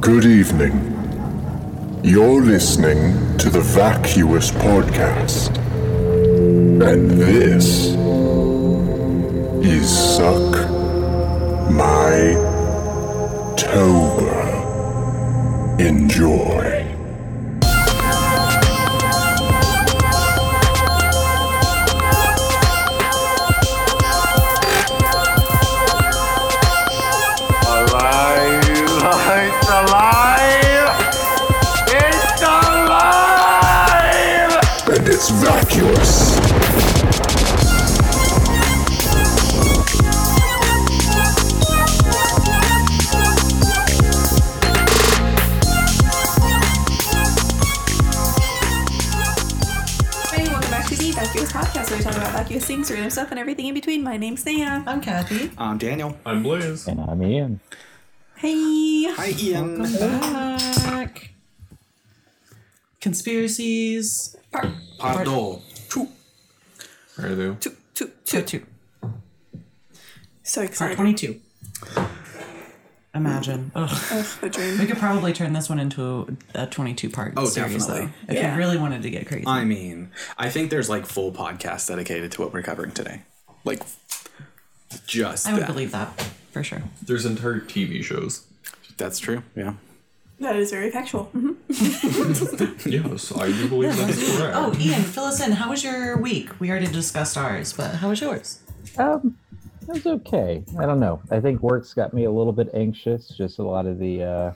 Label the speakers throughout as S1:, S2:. S1: Good evening. You're listening to the Vacuous Podcast. And this is Suck My Tober. Enjoy.
S2: Alive! It's alive! It's alive!
S1: And it's vacuous.
S3: Hey, welcome back to the Vacuous Podcast, where we talk about vacuous things, random stuff, and everything in between. My name's Sam.
S4: I'm Kathy.
S5: I'm Daniel.
S6: I'm Blaze.
S7: And I'm Ian.
S3: Hey,
S5: Hi, Ian.
S4: Back. Conspiracies.
S5: Pardon.
S6: Are they?
S3: two, two, two, two.
S4: Oh, two.
S3: So
S4: Part
S3: excited!
S4: 22. Imagine. Ugh.
S3: Ugh, a
S4: We
S3: dream.
S4: could probably turn this one into a 22 part
S5: Oh,
S4: series,
S5: definitely.
S4: though. If
S3: Yeah.
S4: you really wanted to get crazy.
S5: I mean, I think there's like full podcasts dedicated to what we're covering today. Like, just
S4: I would
S5: that.
S4: believe that for sure.
S6: There's entire TV shows.
S5: That's true. Yeah.
S3: That is very factual. Mhm.
S6: Yes, I do believe that's correct.
S4: Oh, Ian, fill us in. How was your week? We already discussed ours, but how was yours?
S7: Um, it was okay. I don't know. I think work's got me a little bit anxious. Just a lot of the uh,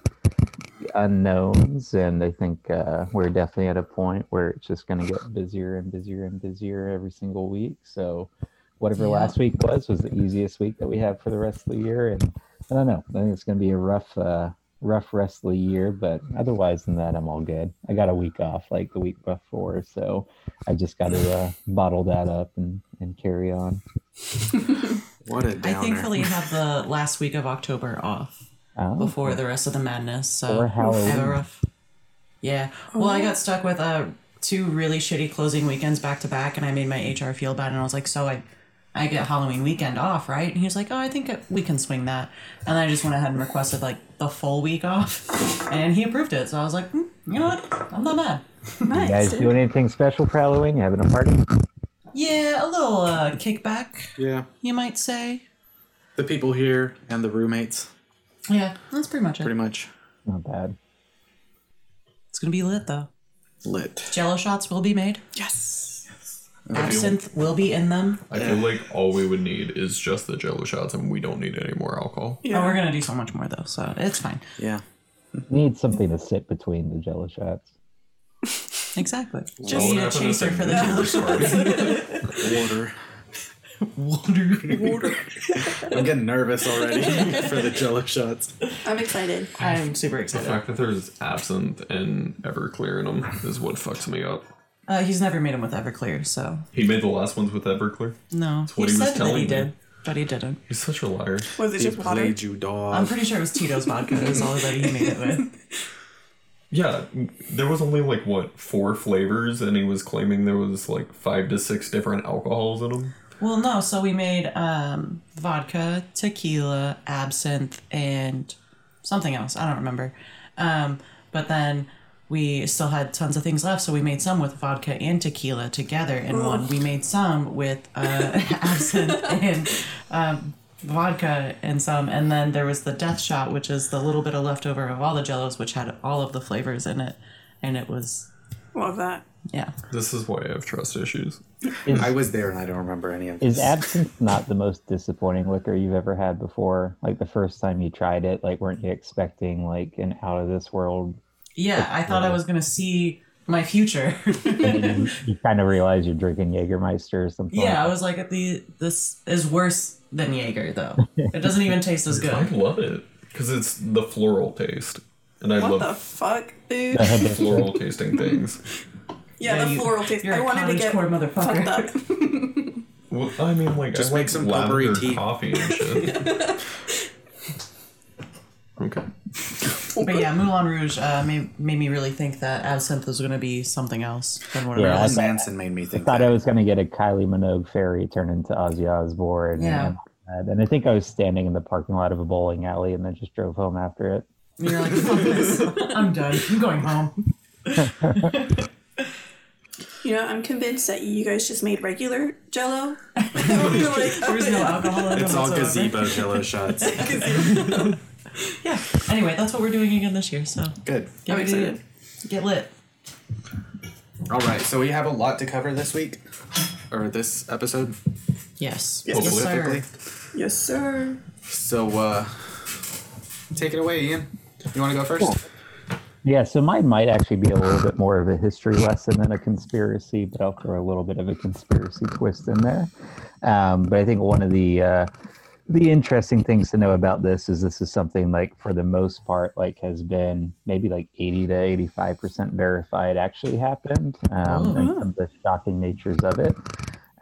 S7: unknowns, and I think uh, we're definitely at a point where it's just going to get busier and busier and busier every single week. So, whatever last week was was the easiest week that we have for the rest of the year, and I don't know. I think it's going to be a rough, uh, rough rest of the year. But otherwise than that, I'm all good. I got a week off like the week before, so I just got to uh, bottle that up and and carry on.
S5: What a downer.
S4: I thankfully had the last week of October off
S7: Oh,
S4: before the rest of the madness. So
S7: Or
S4: I had a
S7: Halloween.
S4: rough. Yeah. Well, I got stuck with uh, two really shitty closing weekends back to back, and I made my HR feel bad, and I was like, "So I, I get Halloween weekend off, right?" And he was like, "Oh, I think it- we can swing that." And I just went ahead and requested like the full week off, and he approved it. So I was like, "Hmm, "You know what? I'm not mad."
S3: Nice.
S7: You guys
S3: dude.
S7: doing anything special for Halloween? You having a party?
S4: Yeah, a little uh, kickback,
S5: yeah.
S4: you might say.
S5: The people here and the roommates,
S4: Yeah, that's pretty much it.
S5: pretty much
S7: Not bad.
S4: It's gonna be lit though.
S5: lit.
S4: Jello shots will be made.
S3: Yes.
S4: Absinthe will be in them.
S6: I feel like all we would need is just the jello shots and we don't need any more alcohol.
S4: Oh, we're gonna do so much more though, so it's fine.
S5: Yeah.
S7: Need something to sit between the jello shots.
S4: Exactly.
S6: All
S4: Just need a
S6: happened is
S4: chaser
S6: that
S4: for the
S6: we're sorry.
S5: Water.
S4: water. water.
S5: I'm getting nervous already for the jello shots.
S3: I'm excited.
S4: I'm super
S6: the
S4: excited.
S6: fact that there's absinthe and Everclear in them is what fucks me up.
S4: Uh, he's never made him with Everclear, so
S6: He made the last ones with Everclear.
S4: no.
S6: what he was telling
S4: he
S6: me.
S4: did, but he didn't.
S6: He's such a liar.
S3: Was it
S5: He
S3: just water?
S5: played you, dog.
S4: I'm pretty sure it was Tito's vodka. Is all that he made it with.
S6: Yeah, there was only like what four flavors, and he was claiming there was like five to six different alcohols in them.
S4: Well, no. So we made um, vodka, tequila, absinthe, and something else. I don't remember. Um, but then we still had tons of things left, so we made some with vodka and tequila together in one. We made some with uh, absinthe and um, vodka and some and then there was the death shot which is the little bit of leftover of all the jellos which had all of the flavors in it and it was
S3: Love that.
S4: yeah
S6: This is why I have trust issues.
S5: I was there and I don't remember any of this.
S7: Is absinthe not the most disappointing liquor you've ever had before? Like the first time you tried it, like weren't you expecting like an out of this world?
S4: yeah i thought i was gonna see my future
S7: And you kind of realize you're drinking Jägermeister or something.
S4: yeah i
S7: like
S4: was like the this is worse than jaeger though it doesn't even taste as
S6: I
S4: good
S6: love it because it's the floral taste, and I
S3: What the
S6: love
S3: fuck, dude?
S7: that.
S6: floral tasting things.
S3: yeah,
S4: Yeah,
S3: the
S4: you-
S3: floral taste.
S4: you're
S3: I
S4: a
S3: wanted to get
S4: cottage-core motherfucker.
S3: fucked up.
S6: Well, I mean, like
S5: Just
S6: I
S5: make
S6: like
S5: some
S6: lavender
S5: peppery tea.
S6: coffee and shit. okay,
S4: but yeah moulin rouge uh, made, made me really think that absinthe was gonna be something else than what
S7: Yeah,
S4: it
S7: I
S4: was
S7: thought-
S5: Manson made me think.
S7: thought
S5: that.
S7: I was going to get a Kylie Minogue fairy turn into Ozzy Osbourne.
S4: Yeah.
S7: And, and I think I was standing in the parking lot of a bowling alley and then just drove home after it.
S4: And you're like, fuck this. I'm done. I'm going home.
S3: You know, I'm convinced that you guys just made regular Jello. You're like,
S4: There was no alcohol in it
S5: It's all
S4: whatsoever.
S5: gazebo jello shots.
S4: Yeah. Anyway, that's what we're doing again this year. So
S5: Good.
S4: get
S3: I'm
S4: ready to
S3: excited.
S4: get lit.
S5: All right, so we have a lot to cover this week or this episode
S4: Yes.
S3: Yes,
S4: sir.
S5: specifically.
S3: Yes, sir.
S5: So uh take it away, Ian. You want to go first?
S8: Yeah, so mine might actually be a little bit more of a history lesson than a conspiracy, but I'll throw a little bit of a conspiracy twist in there. Um, but I think one of the uh, the interesting things to know about this is this is something like for the most part like has been maybe like 80 to 85 percent verified actually happened um, and some of the shocking natures of it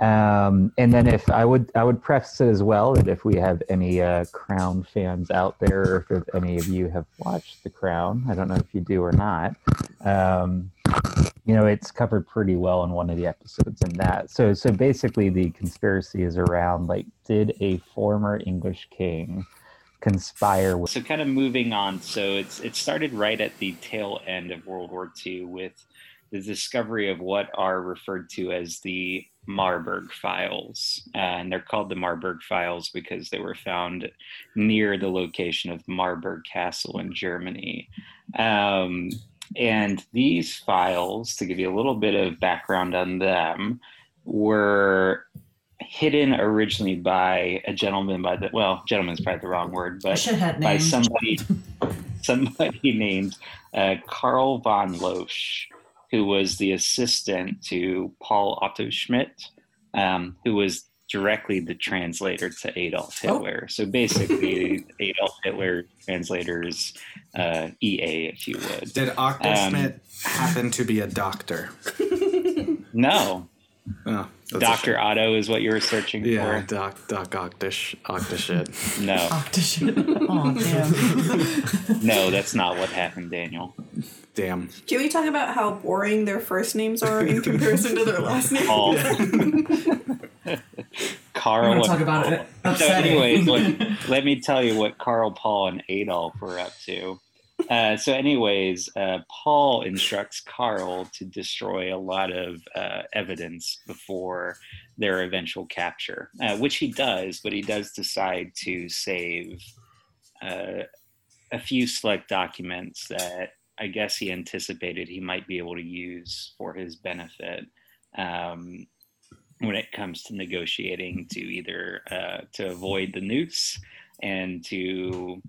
S8: um, and then if i would i would preface it as well that if we have any uh, crown fans out there or if any of you have watched the crown i don't know if you do or not um, you know it's covered pretty well in one of the episodes in that so so basically the conspiracy is around like did a former english king conspire with
S7: So kind of moving on. So it's it started right at the tail end of World War II with the discovery of what are referred to as the Marburg files, uh, and they're called the Marburg files because they were found near the location of Marburg Castle in Germany. Um, and these files, to give you a little bit of background on them, were hidden originally by a gentleman by the well, gentleman's probably the wrong word,
S4: I
S7: but
S4: should have had
S7: by
S4: names.
S7: somebody somebody named uh, Carl von Loesch, who was the assistant to Paul Otto Schmidt, um, who was directly the translator to Adolf
S5: Oh.
S7: Hitler. So basically, Adolf Hitler translator's uh, EA, if you would.
S5: Did Octo
S7: Um,
S5: Schmidt happen to be a doctor?
S7: No,
S5: Oh, that's a shame.
S7: Doctor Otto is what you were searching
S5: Yeah, Doc Doc Octish Octashit.
S7: for. No,
S4: Oh damn.
S7: no, that's not what happened, Daniel.
S5: Damn.
S3: Can we talk about how boring their first names are in comparison to their last names?
S5: Oh,
S7: Paul.
S4: I'm
S7: Carl.
S4: gonna
S7: and
S4: talk about it.
S7: So,
S4: Upsetting.
S7: anyways, let, let me tell you what Carl, Paul, and Adolf were up to. Uh, so, anyways, uh, Paul instructs Carl to destroy a lot of uh, evidence before their eventual capture, uh, which he does, but he does decide to save uh, a few select documents that I guess he anticipated he might be able to use for his benefit. Um, when it comes to negotiating to either uh, to avoid the nukes and to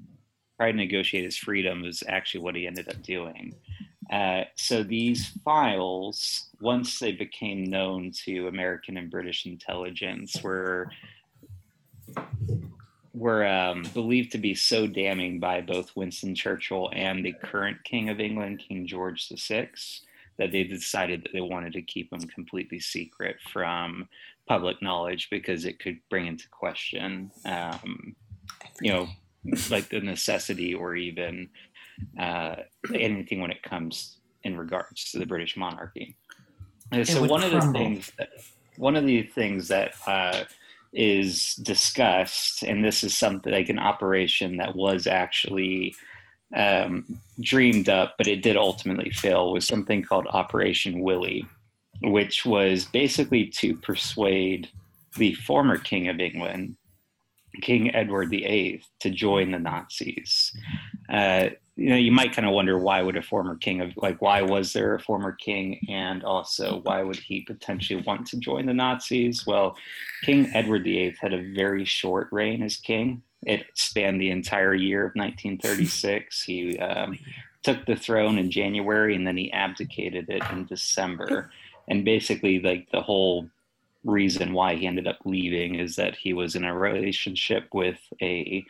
S7: try to negotiate his freedom is actually what he ended up doing. Uh, so these files, once they became known to American and British intelligence, were were um, believed to be so damning by both Winston Churchill and the current King of England, King George VI, that they decided that they wanted to keep them completely secret from public knowledge because it could bring into question, um, you know, like the necessity or even uh, anything when it comes in regards to the British monarchy. And so
S4: would
S7: one of the
S4: crumble.
S7: things, that, one of the things that uh, is discussed, and this is something like an operation that was actually um, dreamed up, but it did ultimately fail, was something called Operation Willie, which was basically to persuade the former King of England, King Edward VIII, to join the Nazis. Uh, you know, you might kind of wonder why would a former king of like why was there a former king, and also why would he potentially want to join the Nazis? Well, King Edward VIII had a very short reign as king. It spanned the entire year of 1936. he um, took the throne in January, and then he abdicated it in December. And basically, like the whole reason why he ended up leaving is that he was in a relationship with a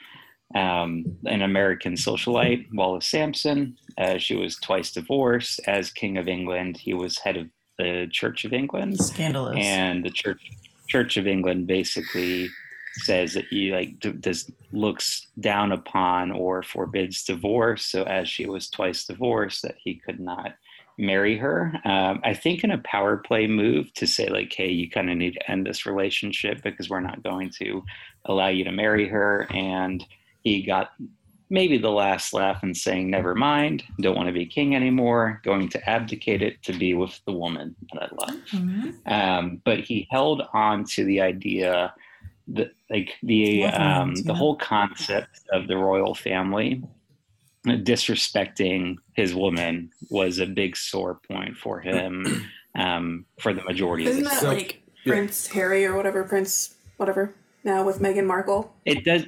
S7: um, an American socialite, Wallace Sampson. Uh, she was twice divorced. As King of England, he was head of the Church of England
S4: Scandalous.
S7: and the church church of england basically says that he like d- does looks down upon or forbids divorce so as she was twice divorced that he could not marry her um, i think in a power play move to say like hey you kind of need to end this relationship because we're not going to allow you to marry her and he got maybe the last laugh and saying, never mind, don't want to be king anymore, going to abdicate it to be with the woman that I love.
S4: Mm-hmm.
S7: Um, but he held on to the idea that like the
S4: Love
S7: um,
S4: romance,
S7: the
S4: yeah.
S7: whole concept of the royal family disrespecting his woman was a big sore point for him um, for the majority of
S3: Isn't
S7: his
S3: that
S5: So-
S3: like
S5: yeah.
S3: Prince Harry or whatever Prince whatever now with Meghan Markle?
S7: it does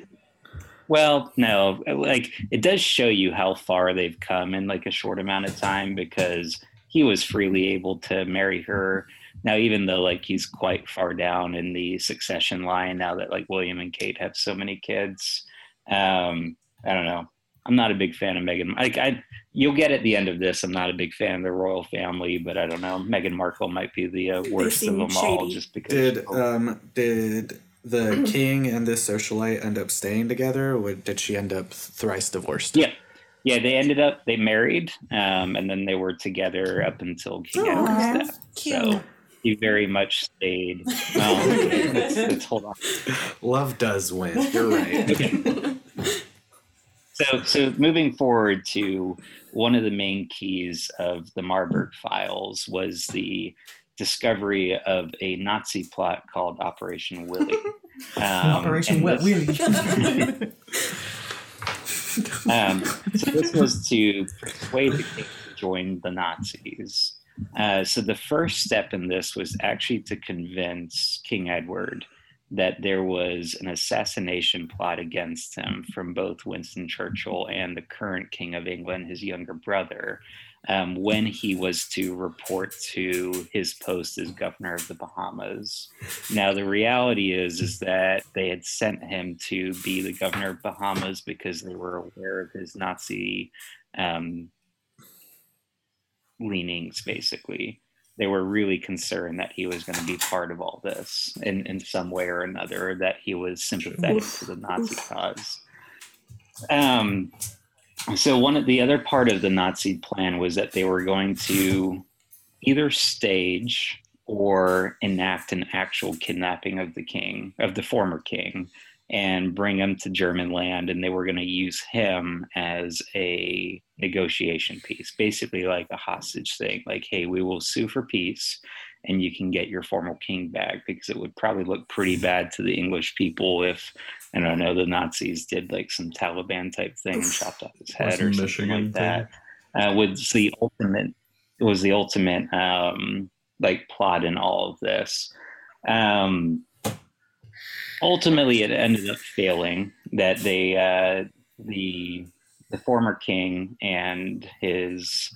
S7: well no like it does show you how far they've come in like a short amount of time because he was freely able to marry her now even though like he's quite far down in the succession line now that like william and kate have so many kids um i don't know i'm not a big fan of megan like i you'll get at the end of this i'm not a big fan of the royal family but i don't know megan markle might be the uh, worst of
S3: seem
S7: them all
S3: shady.
S7: just because
S5: Did um did the king and this socialite end up staying together? Or did she end up thrice divorced?
S7: Yeah. Yeah, they ended up they married, um, and then they were together up until King
S3: Oh,
S7: Edward's
S3: okay.
S7: death. So he very much stayed. Well, let's, let's hold on.
S5: Love does win. You're right.
S7: So, so moving forward to one of the main keys of the Marburg files was the discovery of a Nazi plot called Operation Willy. Um,
S4: Operation
S7: and
S4: Wet
S7: this-
S4: Weird.
S7: Um, so this was to persuade the king to join the Nazis. Uh, so the first step in this was actually to convince King Edward that there was an assassination plot against him from both Winston Churchill and the current King of England, his younger brother, um, when he was to report to his post as governor of the Bahamas. Now the reality is is that they had sent him to be the governor of Bahamas because they were aware of his Nazi um, leanings. Basically, they were really concerned that he was going to be part of all this in in some way or another. That he was sympathetic to the Nazi cause. Um, so one of the other part of the Nazi plan was that they were going to either stage or enact an actual kidnapping of the king, of the former king, and bring him to German land. And they were going to use him as a negotiation piece, basically like a hostage thing. Like, hey, we will sue for peace and you can get your former king back because it would probably look pretty bad to the English people if, and I know the Nazis did like some Taliban type thing and chopped off his head
S6: some
S7: or something
S6: Michigan
S7: like that. Uh, was the ultimate was the ultimate um, like plot in all of this. Um, ultimately, it ended up failing that they uh, the the former king and his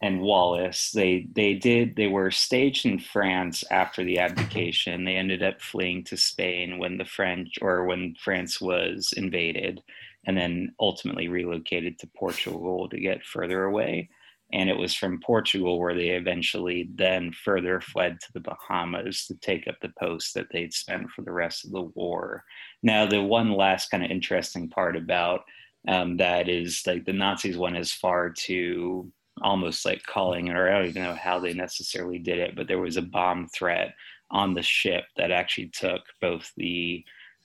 S7: and Wallace they they did they were staged in France after the abdication. They ended up fleeing to Spain when the French or when France was invaded, and then ultimately relocated to Portugal to get further away and it was from Portugal where they eventually then further fled to the Bahamas to take up the post that they'd spent for the rest of the war. Now, the one last kind of interesting part about um, that is like the Nazis went as far to almost like calling, or I don't even know how they necessarily did it, but there was a bomb threat on the ship that actually took both the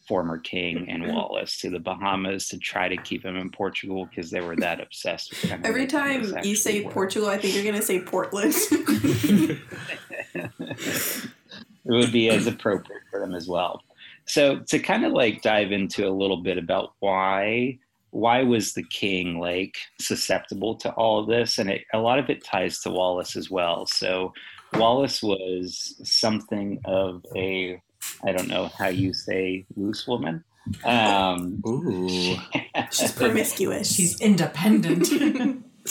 S7: former king
S3: Mm-hmm.
S7: and Wallace to the Bahamas to try to keep him in Portugal because they were that obsessed with kind of
S3: Every
S7: making
S3: time
S7: this
S3: you
S7: actually
S3: say
S7: work.
S3: Portugal, I think you're gonna say Portland.
S7: it would be as appropriate for them as well. So to kind of like dive into a little bit about why why was the king like susceptible to all of this, and it, a lot of it ties to Wallace as well. So Wallace was something of a I don't know how you say loose woman. Um,
S5: Ooh.
S3: She's promiscuous.
S4: She's independent.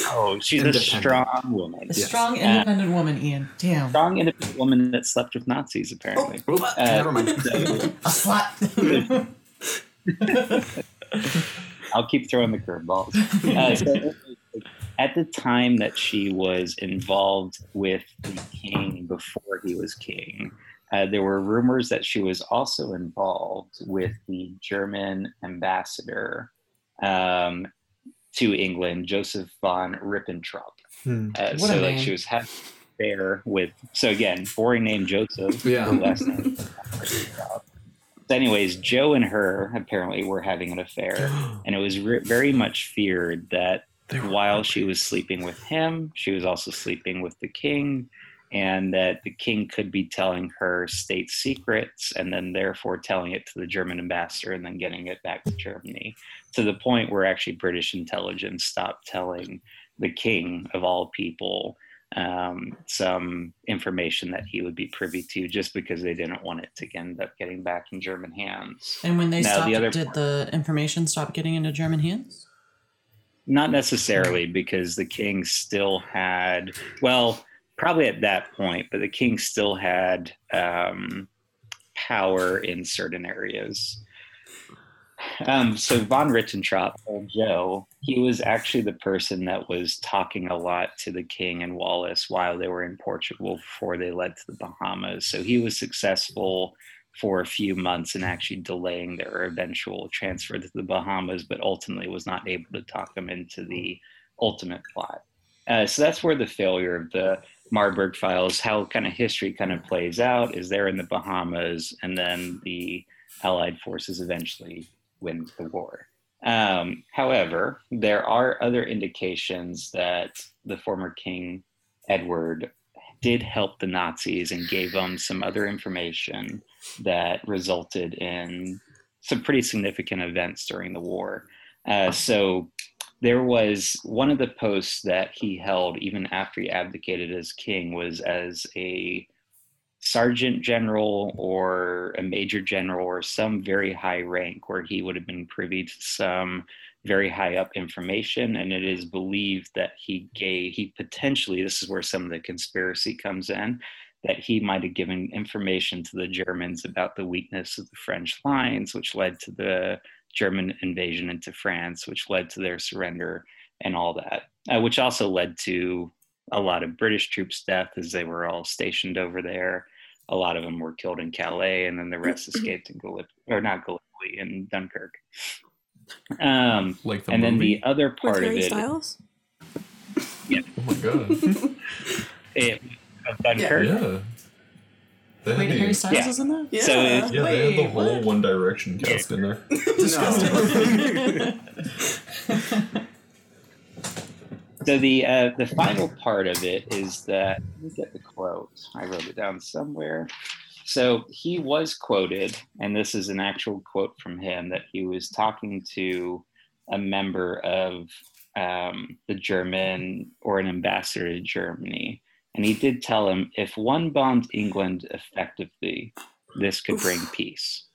S7: oh, she's a
S5: Independent.
S7: strong woman,
S4: A strong, independent woman, Ian. Damn.
S7: strong independent woman that slept with Nazis apparently.
S5: Oop,
S4: Oh,
S7: Uh,
S5: never mind.
S7: so-
S4: A slut.
S7: I'll keep throwing the curveballs. Uh, so at the time that she was involved with the king before he was king, uh, there were rumors that she was also involved with the German ambassador um, to England, Joseph von Ribbentrop.
S6: Hmm.
S7: Uh,
S4: What
S7: so,
S4: a
S7: like,
S4: name.
S7: she was having an affair with. So again, boring name Joseph.
S5: Yeah.
S7: Her last name. anyways, Joe and her apparently were having an affair, and it was re- very much feared that while she was sleeping with him, she was also sleeping with the king, and that the king could be telling her state secrets and then therefore telling it to the German ambassador and then getting it back to Germany to the point where actually British intelligence stopped telling the king of all people um, some information that he would be privy to just because they didn't want it to end up getting back in German hands.
S4: And when they
S7: Now,
S4: stopped,
S7: the other-
S4: did the information stop getting into German hands?
S7: Not necessarily because the king still had, well, probably at that point, but the king still had um, power in certain areas. Um, so von Rittentrop, or Joe, he was actually the person that was talking a lot to the king and Wallace while they were in Portugal before they led to the Bahamas. So he was successful for a few months in actually delaying their eventual transfer to the Bahamas, but ultimately was not able to talk them into the ultimate plot. Uh, so that's where the failure of the Marburg files, how kind of history kind of plays out, is there in the Bahamas, and then the Allied forces eventually win the war. Um, however, there are other indications that the former King Edward did help the Nazis and gave them some other information that resulted in some pretty significant events during the war. Uh, so there was one of the posts that he held even after he abdicated as king was as a sergeant general or a major general or some very high rank where he would have been privy to some very high up information and it is believed that he gave he potentially this is where some of the conspiracy comes in that he might have given information to the germans about the weakness of the french lines which led to the german invasion into france which led to their surrender and all that uh, which also led to a lot of british troops death as they were all stationed over there a lot of them were killed in calais and then
S3: Mm-hmm.
S7: the rest escaped in gallipoli or not gallipoli in dunkirk um,
S6: Like the
S7: and then
S6: movie.
S7: the other
S3: With
S7: part of
S3: Harry
S7: it,
S3: Styles?
S6: oh my god.
S7: it of Dunkirk.
S6: yeah. That
S4: Wait,
S6: is-
S4: Harry Styles
S7: Yeah.
S4: is in that?
S3: Yeah.
S7: So it's-
S6: yeah, they had the
S4: Wait,
S6: whole
S4: what?
S6: One Direction cast in there.
S7: So the uh, the final part of it is that let me get the quote. I wrote it down somewhere. So he was quoted, and this is an actual quote from him that he was talking to a member of um, the German or an ambassador to Germany, and he did tell him if one bombed England effectively, this could bring peace.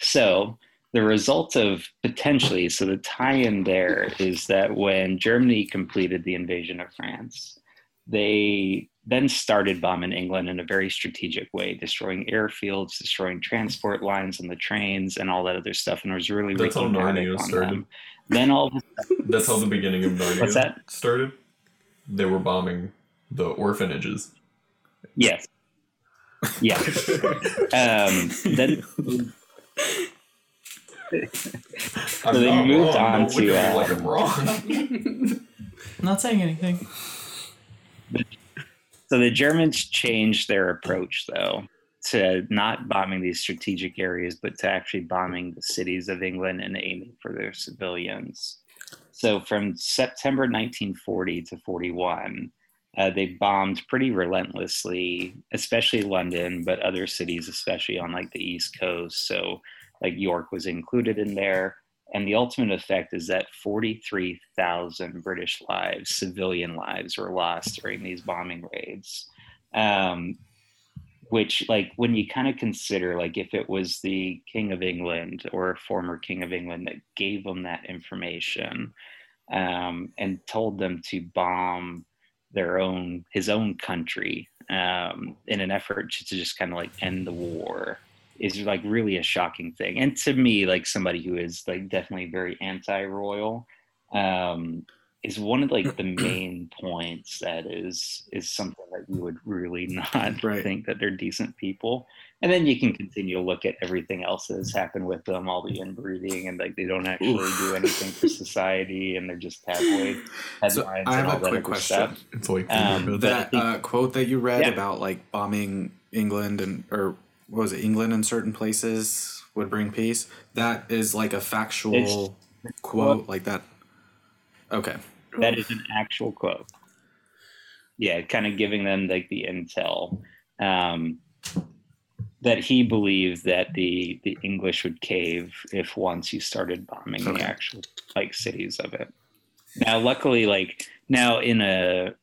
S7: So the result of potentially, so the tie in there is that when Germany completed the invasion of France, they then started bombing England in a very strategic way, destroying airfields, destroying transport lines and the trains, and all that other stuff, and was really
S6: That's how
S7: wreaking havoc
S6: Narnia
S7: on
S6: started.
S7: them. Then all of a
S6: That's how the beginning of Narnia
S7: What's that?
S6: started. They were bombing the orphanages.
S7: Yes. Yeah. um, then
S6: I'm
S7: So they
S6: not
S7: moved
S6: wrong.
S7: on
S6: Don't look
S7: to,
S6: at me like
S7: uh,
S6: I'm wrong.
S4: I'm not saying anything.
S7: So the Germans changed their approach, though, to not bombing these strategic areas, but to actually bombing the cities of England and aiming for their civilians. So from September 1940 to 41, uh, they bombed pretty relentlessly, especially London, but other cities, especially on like the East Coast. So like York was included in there. And the ultimate effect is that 43,000 British lives, civilian lives, were lost during these bombing raids. Um, which, like, when you kind of consider, like, if it was the King of England or a former King of England that gave them that information um, and told them to bomb their own, his own country um, in an effort to, to just kind of like end the war is like really a shocking thing. And to me, like somebody who is like definitely very anti-royal, um, is one of like the main points that is is something that you would really not
S5: Right.
S7: think that they're decent people. And then you can continue to look at everything else that has happened with them, all the inbreeding, and like they don't actually do anything for society, and they're just tabloid headlines
S5: So
S7: and
S5: I have
S7: all
S5: a
S7: that
S5: quick
S7: other stuff.
S5: question.
S6: It's like
S7: Um,
S6: Tinkerbell.
S5: That uh, quote that you read
S7: Yeah.
S5: about like bombing England and or what was it England in certain places would bring peace. That is like a factual quote like that. Okay.
S7: That is an actual quote. Yeah, kind of giving them like the intel um, that he believed that the the English would cave if once you started bombing
S5: Okay.
S7: the actual like cities of it. Now, luckily, like now in a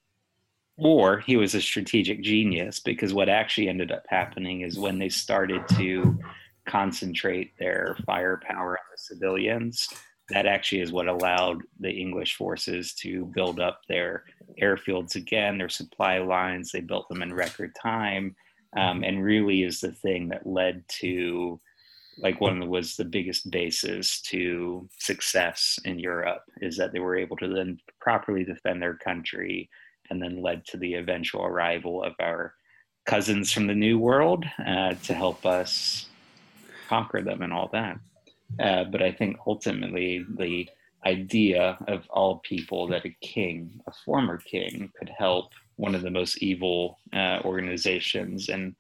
S7: war, he was a strategic genius because what actually ended up happening is when they started to concentrate their firepower on the civilians, that actually is what allowed the English forces to build up their airfields again, their supply lines. They built them in record time, um, and really is the thing that led to like one of the, was the biggest basis to success in Europe is that they were able to then properly defend their country, and then led to the eventual arrival of our cousins from the New World uh, to help us conquer them and all that. Uh, but I think ultimately the idea of all people that a king, a former king, could help one of the most evil uh, organizations and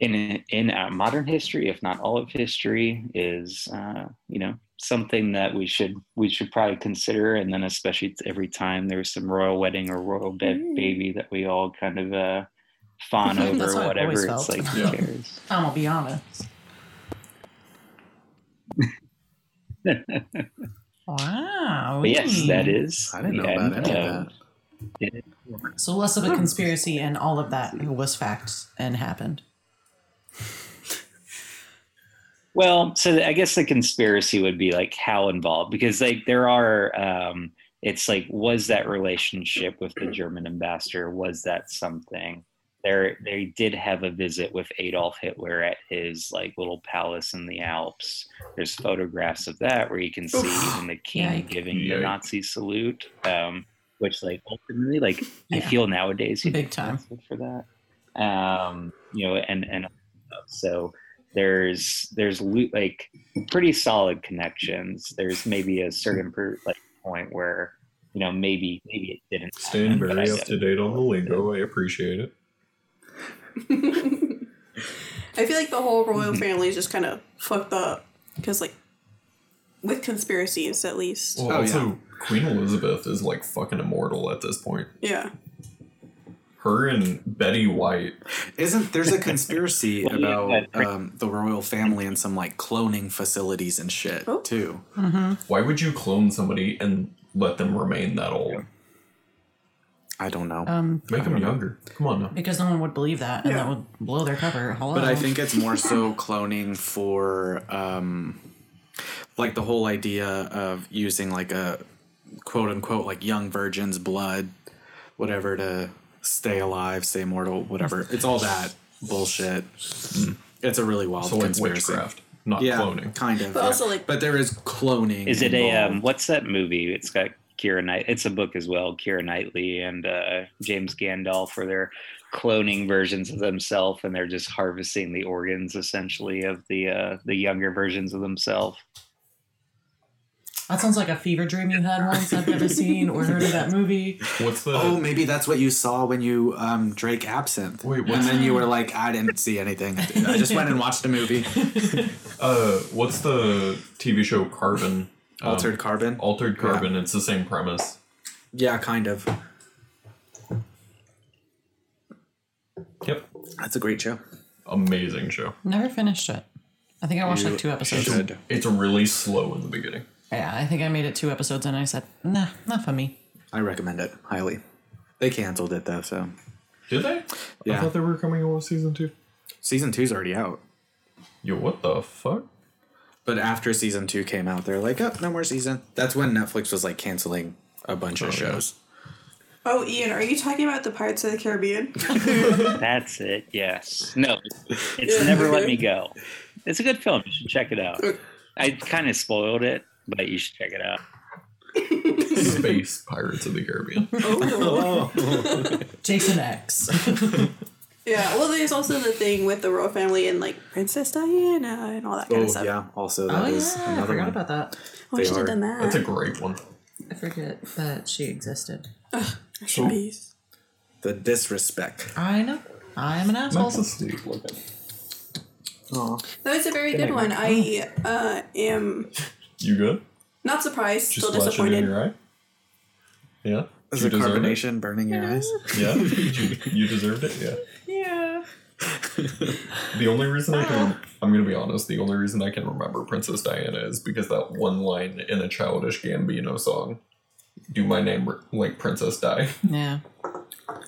S7: in in uh, modern history, if not all of history, is uh, you know something that we should we should probably consider. And then especially every time there's some royal wedding or royal ba- baby that we all kind of uh, fawn
S4: Mm. That's
S7: over,
S4: how
S7: or
S4: I've
S7: whatever.
S4: always felt.
S7: It's like who
S6: Yeah.
S7: cares?
S4: I'm gonna be honest. wow.
S7: But yes, that is.
S5: I didn't know
S7: the
S5: about
S7: end
S5: any of
S7: of-
S5: that.
S4: So less
S7: Hmm.
S4: of a conspiracy, and all of that was fact and happened.
S7: Well, so I guess the conspiracy would be like how involved because like there are um it's like was that relationship with the German ambassador was that something there they did have a visit with Adolf Hitler at his like little palace in the Alps. There's photographs of that where you can see even the king
S4: Yike.
S7: giving the
S6: Yike.
S7: Nazi salute um which like ultimately like I
S4: Yeah.
S7: feel nowadays he'd
S4: Big
S7: be
S4: time.
S7: canceled for that. Um, you know, and and so there's there's lo- like pretty solid connections. There's maybe a certain per, like point where you know maybe maybe it didn't.
S6: Staying
S7: happen, but
S6: very
S7: I-
S6: up to date on the lingo. I appreciate it.
S3: I feel like the whole royal family is just kind of fucked up because, like, with conspiracies at least.
S6: Well,
S5: Oh,
S6: also, Queen Elizabeth is like fucking immortal at this point.
S3: yeah.
S6: Her and Betty White.
S5: Isn't there's a conspiracy
S7: Well, yeah,
S5: about um, the royal family and some like cloning facilities and shit
S3: Oh.
S5: too?
S6: Why would you clone somebody and let them remain that old?
S5: I don't know.
S4: Um,
S6: Make them younger. Come on now.
S4: because no one would believe that, and that would blow their cover. Hello.
S5: But I think it's more so cloning for um, like the whole idea of using like a quote unquote like young virgin's blood, whatever to stay alive, stay mortal, whatever. It's all that bullshit. Mm. It's a really wild
S6: So like
S5: conspiracy.
S6: witchcraft, not
S5: Yeah,
S6: cloning.
S5: kind of.
S3: But
S5: yeah.
S3: also, like-
S5: but there is cloning.
S7: Is it a um,
S5: involved.
S7: what's that movie? It's got Kira Knight. It's a book as well. Kira Knightley and uh, James Gandolf for their cloning versions of themselves, and they're just harvesting the organs essentially of the uh, the younger versions of themselves.
S4: that sounds like a fever dream you had once. I've never seen or heard of that movie.
S6: What's the?
S5: Oh, maybe that's what you saw when you um, drank absinthe.
S6: Wait,
S5: and
S6: what's-
S5: then you were like, I didn't see anything. I just went and watched a movie,
S6: Um, uh, what's the TV show Carbon? Um,
S5: Altered Carbon.
S6: Altered Carbon. It's the same premise.
S5: Yeah, kind of.
S6: Yep.
S5: That's a great show.
S6: Amazing show.
S4: Never finished it. I think I watched like two episodes.
S5: should.
S6: It's really slow in the beginning.
S4: Yeah, I think I made it two episodes, and I said, "Nah, not for me."
S5: I recommend it highly. They canceled it though, so
S6: Did they?
S5: Yeah.
S6: I thought they were coming out with season two.
S5: season two's already out.
S6: Yo, what the fuck?
S5: But after season two came out, they're like, oh, no more season. That's when Netflix was like canceling a bunch of shows.
S3: Oh, Ian, are you talking about the Pirates of the Caribbean?
S7: That's it. Yes. No. It's never let me go. It's a good film. You should check it out. I kind of spoiled it, but you should check it out.
S6: Space Pirates of the Caribbean.
S3: oh.
S4: Jason X.
S3: Yeah. Well, there's also the thing with the royal family and like Princess Diana and all that kind of
S5: oh
S3: stuff.
S5: yeah, also
S4: oh
S5: that is
S4: yeah, I
S5: another
S4: forgot
S5: one.
S4: about that.
S3: Oh, I
S5: They
S3: should
S5: are.
S3: have done that.
S6: That's a great one.
S4: I forget that she existed.
S3: I should be.
S5: The disrespect.
S4: I know. I am an asshole.
S6: Max asleep. Look at it.
S3: That was a very good one. I uh, am
S6: You good?
S3: not surprised,
S6: Just
S3: still
S6: splashing in
S3: disappointed.
S6: your eye? Yeah.
S5: Is
S6: You
S5: it
S6: deserve it?
S5: carbonation burning your eyes?
S6: Yeah, you, you deserved it. Yeah.
S3: Yeah.
S6: The only reason I can, I'm going to be honest, the only reason I can remember Princess Diana is because that one line in a childish Gambino song, "Do my name r- like Princess Di."
S4: Yeah.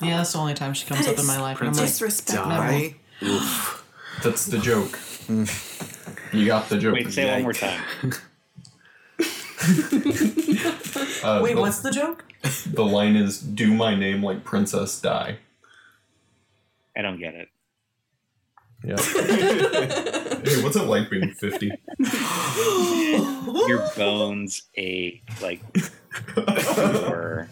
S4: Yeah, that's the only time she comes
S3: That
S4: up in
S3: is
S4: my life. and I'm like,
S5: Princess
S3: Disrespect.
S5: Di.
S6: That's the joke. you got the joke.
S7: Wait, say it one more time.
S6: Uh,
S4: wait,
S6: the,
S4: what's the joke?
S6: the line is "Do my name like Princess Di."
S7: I don't get it.
S6: Yeah. hey, what's it like being fifty?
S7: Your bones ache like or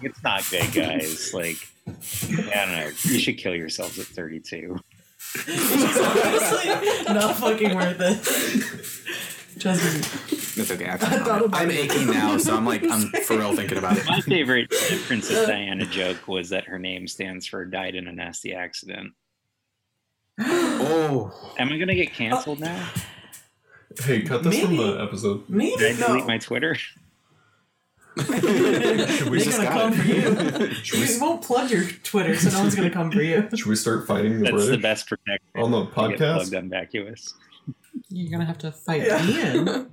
S7: it's not good, guys. Like I don't know. You should kill yourselves at 32.
S4: Honestly, not fucking worth it. Trust me.
S5: It's okay. I thought about it.
S4: about
S5: I'm aching now, so I'm like, I'm for real thinking about it.
S7: My favorite Princess Diana joke was that her name stands for died in a nasty accident.
S5: Oh,
S7: Am I gonna get canceled now?
S6: Hey, cut this from
S4: Maybe.
S6: the episode.
S4: Maybe
S7: Did I delete
S4: no.
S7: my Twitter?
S6: Should we
S4: They're
S6: just
S4: gonna
S5: got
S4: come
S5: it.
S4: for you. You won't plug your Twitter, so no one's gonna come for you.
S6: should we start fighting the
S7: That's the
S6: British
S7: best protection.
S6: on the
S7: to get plugged
S6: podcast?
S7: on vacuous.
S4: You're gonna have to fight
S3: Yeah.
S4: Ian.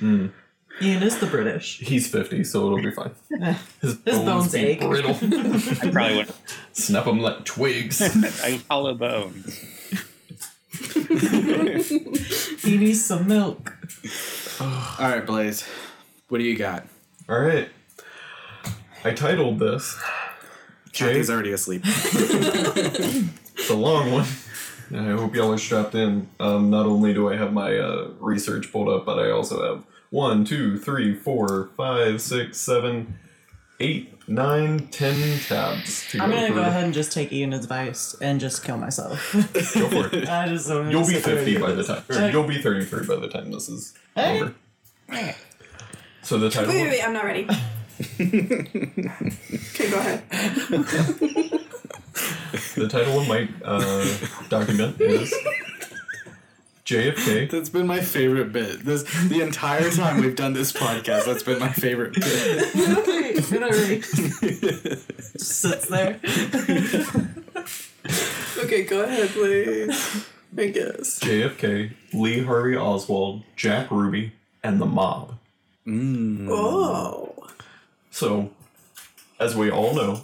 S6: Mm.
S4: Ian is the British.
S6: He's fifty, so it'll be fine. His
S4: His bones
S6: be
S4: ache.
S6: brittle.
S7: I probably would
S6: Snap them like twigs.
S7: I hollow bones.
S4: He needs some milk.
S5: all right, Blaze. What do you got?
S6: All right. I titled this.
S5: Kathy's already asleep.
S6: It's a long one. And I hope y'all are strapped in. Um, not only do I have my uh, research pulled up, but I also have one, two, three, four, five, six, seven, eight, nine, ten tabs to
S4: I'm
S6: go
S4: gonna
S6: through.
S4: go ahead and just take Ian's advice and just kill myself.
S6: Go for it.
S4: I just don't
S6: You'll be
S4: understand.
S6: 50 by the time. Or
S4: Okay.
S6: you'll be 33 by the time this is
S4: Hey.
S6: over. So the title.
S3: Wait, wait, wait, I'm not ready. okay, go ahead.
S6: The title of my uh, document is JFK.
S5: That's been my favorite bit. This the entire time we've done this podcast. That's been my favorite bit.
S4: Okay, good already. Just sits there.
S3: Okay, go ahead, please. I guess.
S6: JFK, Lee Harvey Oswald, Jack Ruby, and the mob.
S3: Oh.
S6: So, as we all know,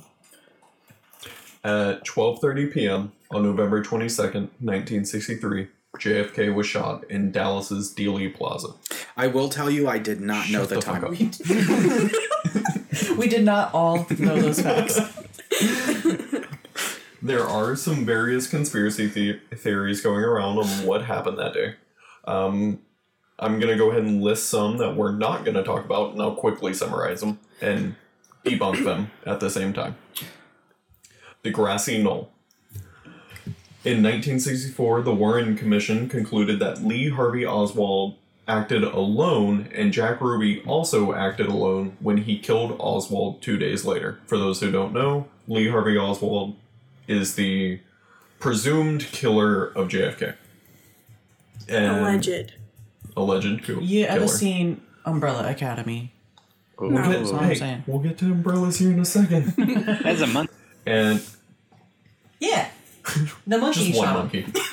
S6: at 12:30 p.m. on November 22nd, 1963, JFK was shot in Dallas's Dealey Plaza.
S5: I will tell you, I did not know the,
S6: the fuck
S5: time.
S6: up.
S5: We-
S4: We did not all know those facts.
S6: There are some various conspiracy the- theories going around on what happened that day. Um, I'm going to go ahead and list some that we're not going to talk about, and I'll quickly summarize them and debunk them at the same time. The Grassy Knoll. In 1964, the Warren Commission concluded that Lee Harvey Oswald acted alone and Jack Ruby also acted alone when he killed Oswald two days later. For those who don't know, Lee Harvey Oswald is the presumed killer of JFK. And
S3: Alleged.
S6: Alleged cool.
S4: You ever
S6: killer. Oh.
S4: seen Umbrella Academy?
S3: No.
S4: That's all I'm saying.
S6: We'll get to umbrellas here in a second.
S7: That's a month.
S6: and
S4: Yeah. The monkey
S6: just one
S4: shot him.
S6: monkey.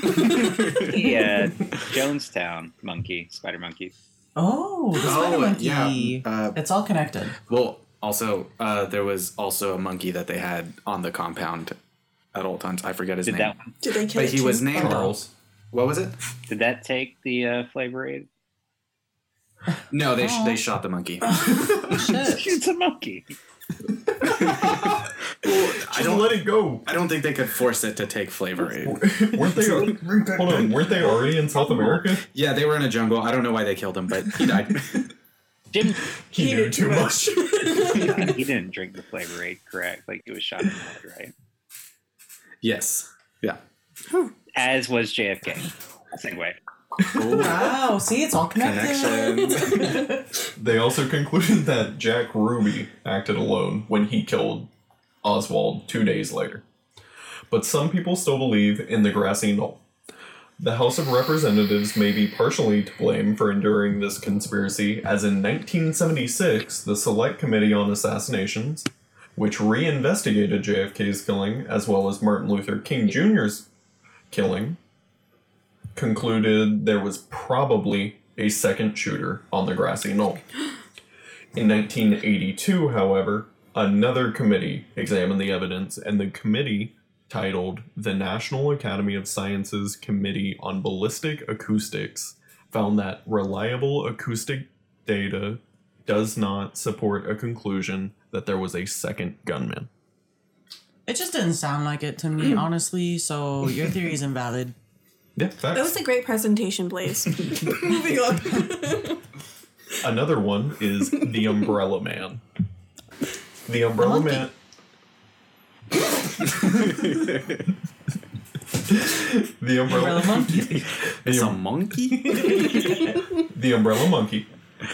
S7: Yeah, Jonestown monkey, spider monkey.
S4: Oh, the
S5: Oh,
S4: spider monkey.
S5: yeah, uh,
S4: it's all connected.
S5: Well, also, uh, there was also a monkey that they had on the compound at all times. I forget his
S7: Did
S5: name.
S7: that one?
S3: Did they kill
S5: But
S3: it
S5: he
S3: too?
S5: was named.
S6: Charles.
S5: What was it?
S7: Did that take the uh, flavor aid?
S5: No, they
S6: Oh.
S5: sh- they shot the monkey.
S4: Shit.
S7: It's a monkey.
S5: I
S6: Just
S5: don't.
S6: let it go.
S5: I don't think they could force it to take flavor aid.
S6: Weren't they? hold on. Weren't they already in South America?
S5: Yeah, they were in a jungle. I don't know why they killed him, but he died.
S7: Jim,
S6: He,
S3: He
S6: knew
S3: did too
S6: too much.
S7: he didn't drink the flavor aid correct. Like it was shot in the head, right?
S5: yes. Yeah.
S7: As was JFK. Segue.
S4: Wow. See, it's all connected.
S5: Connections.
S6: they also concluded that Jack Ruby acted alone when he killed Oswald two days later. But some people still believe in the grassy knoll. The House of Representatives may be partially to blame for enduring this conspiracy, as in 1976, the Select Committee on Assassinations, which reinvestigated JFK's killing as well as Martin Luther King Jr.'s killing, concluded there was probably a second shooter on the grassy knoll. In 1982, however, another committee examined the evidence, and the committee, titled the National Academy of Sciences Committee on Ballistic Acoustics, found that reliable acoustic data does not support a conclusion that there was a second gunman.
S4: It just didn't sound like it to me, honestly. So your theory is invalid.
S6: Yeah,
S3: That
S6: facts.
S3: was a great presentation, Blaze. Moving on.
S6: Another one is the Umbrella Man. The Umbrella
S4: Monkey.
S6: Man. the
S4: Umbrella monkey.
S5: It's a monkey?
S6: The Umbrella Monkey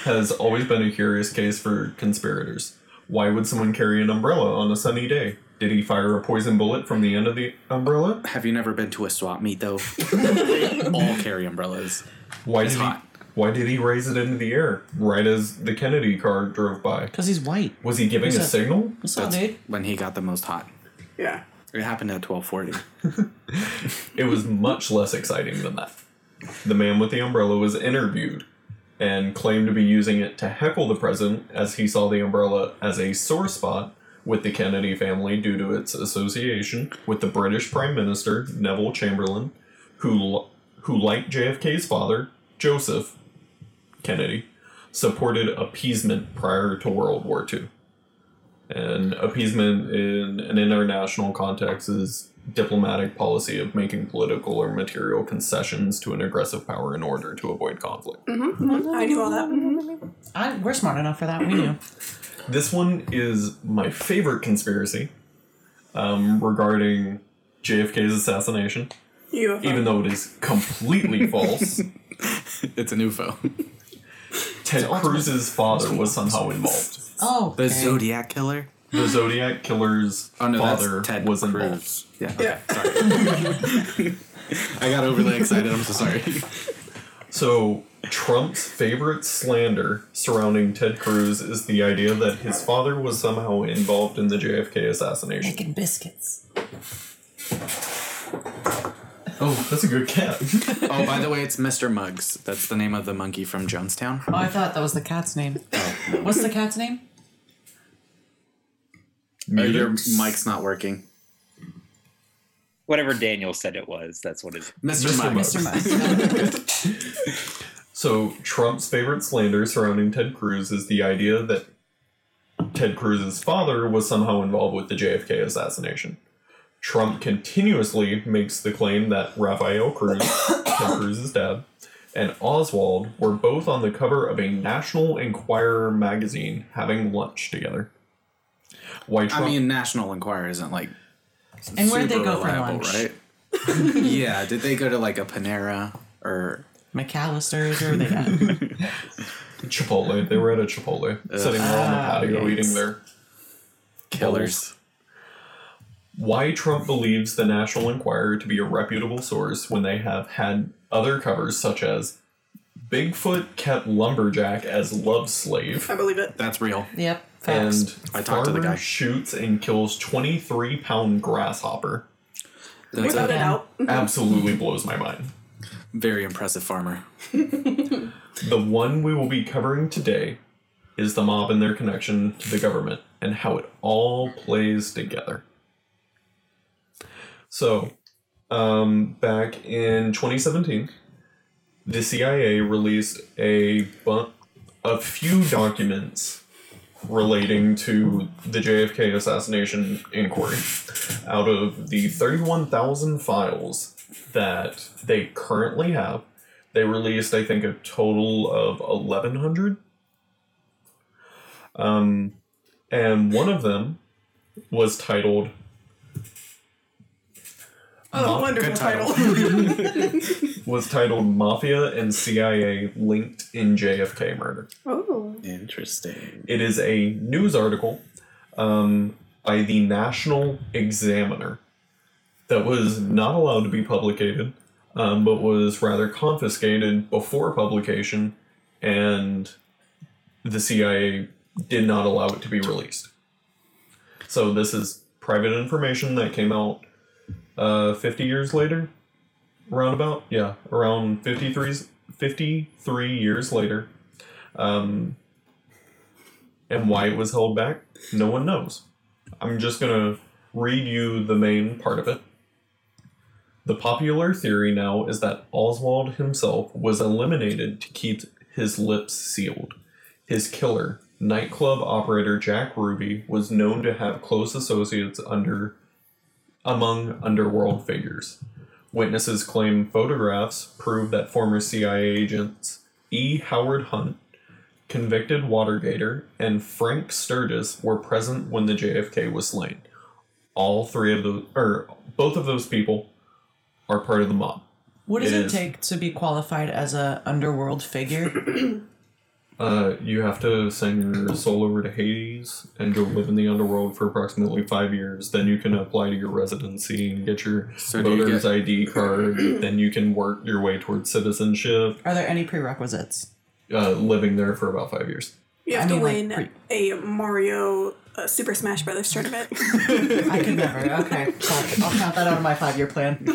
S6: has always been a curious case for conspirators. Why would someone carry an umbrella on a sunny day? Did he fire a poison bullet from the end of the umbrella?
S5: Have you never been to a swap meet though? they all carry umbrellas.
S6: Why
S5: It's
S6: did
S5: hot.
S6: he? Why did he raise it into the air right as the Kennedy car drove by?
S4: Because he's white.
S6: Was he giving
S4: Who's
S6: a
S4: that?
S6: signal?
S4: What's up, dude?
S5: When he got the most hot.
S3: yeah.
S5: It happened at 1240.
S6: It was much less exciting than that. The man with the umbrella was interviewed and claimed to be using it to heckle the president as he saw the umbrella as a sore spot with the Kennedy family due to its association with the British Prime Minister Neville Chamberlain, who l- who like JFK's father, Joseph Kennedy, supported appeasement prior to World War II. And appeasement in an international context is diplomatic policy of making political or material concessions to an aggressive power in order to avoid conflict.
S3: I knew all that.
S4: I, we're smart enough for that. We knew.
S6: This one is my favorite conspiracy um, regarding JFK's assassination,
S3: You
S6: even though it is completely false.
S5: it's an UFO.
S6: Ted Cruz's father was somehow involved.
S4: Oh,
S5: The
S4: okay.
S5: Zodiac Killer?
S6: The Zodiac killer's
S5: Oh no,
S6: father
S5: that's Ted
S6: was involved.
S5: Cruz. Yeah. okay, Sorry. I got overly excited. I'm so sorry.
S6: So, Trump's favorite slander surrounding Ted Cruz is the idea that his father was somehow involved in the JFK assassination.
S4: Making biscuits.
S6: Oh, that's a good cat.
S5: Oh, by the way, it's Mr. Muggs. That's the name of the monkey from Jonestown.
S4: Oh, I thought that was the cat's name.
S6: Oh,
S4: What's the cat's name?
S5: Oh, your mic's not working.
S7: Whatever Daniel said it was, that's what it is.
S5: Mr.
S6: Mr.
S5: Muggs.
S6: Muggs.
S4: Mr. Muggs.
S6: So, Trump's favorite slander surrounding Ted Cruz is the idea that Ted Cruz's father was somehow involved with the JFK assassination. Trump continuously makes the claim that Rafael Cruz, Ted Cruz's dad, and Oswald were both on the cover of a National Enquirer magazine having lunch together. Why Trump?
S5: I mean, National Enquirer isn't like.
S4: And where'd they
S5: super
S4: go for
S5: reliable,
S4: lunch?
S5: Right? yeah, did they go to like a Panera or
S4: McAllister's or they got
S6: Chipotle. They were at a Chipotle, sitting there on the patio eating their
S5: Killers?
S6: why Trump believes the National Enquirer to be a reputable source when they have had other covers such as Bigfoot kept lumberjack as love slave
S3: I believe it.
S5: That's real.
S4: Yep. Facts.
S6: and
S5: I talked
S6: farmer
S5: to the guy.
S6: shoots and kills 23 pound grasshopper
S5: That's
S3: Without a
S5: a
S3: doubt.
S6: absolutely blows my mind.
S5: very impressive farmer.
S6: The one we will be covering today is the mob and their connection to the government and how it all plays together. So, um, back in 2017, the CIA released a bu- a few documents relating to the JFK assassination inquiry out of the 31,000 files that they currently have they released i think a total of 1100 um, and one of them was titled
S3: Oh, wonderful
S5: good
S3: title.
S5: title.
S6: was titled mafia and cia linked in jfk murder
S3: oh.
S5: Interesting.
S6: it is a news article um, by the national examiner that was not allowed to be publicated um, but was rather confiscated before publication, and the CIA did not allow it to be released. So this is private information that came out uh, 50 years later, roundabout. Yeah, around 53, 53 years later. Um, and why it was held back, no one knows. I'm just going to read you the main part of it. The popular theory now is that Oswald himself was eliminated to keep his lips sealed. His killer, nightclub operator Jack Ruby, was known to have close associates under among underworld figures. Witnesses claim photographs prove that former CIA agents E. Howard Hunt, convicted Watergator, and Frank Sturgis were present when the JFK was slain. All three of those, or both of those people, are part of the mob.
S4: What does
S6: It
S4: it,
S6: is.
S4: take to be qualified as a underworld figure?
S6: Uh, you have to send your soul over to Hades and go live in the underworld for approximately five years. Then you can apply to your residency and get your
S5: So do you
S6: voter's
S5: get-
S6: ID card. then you can work your way towards citizenship,
S4: Are there any prerequisites?
S6: uh, living there for about five years.
S3: You have
S4: I
S3: to
S4: mean,
S3: win
S4: like,
S3: a Mario uh, Super Smash Brothers tournament.
S4: I could never. Okay, cool. I'll count that out of my five-year plan.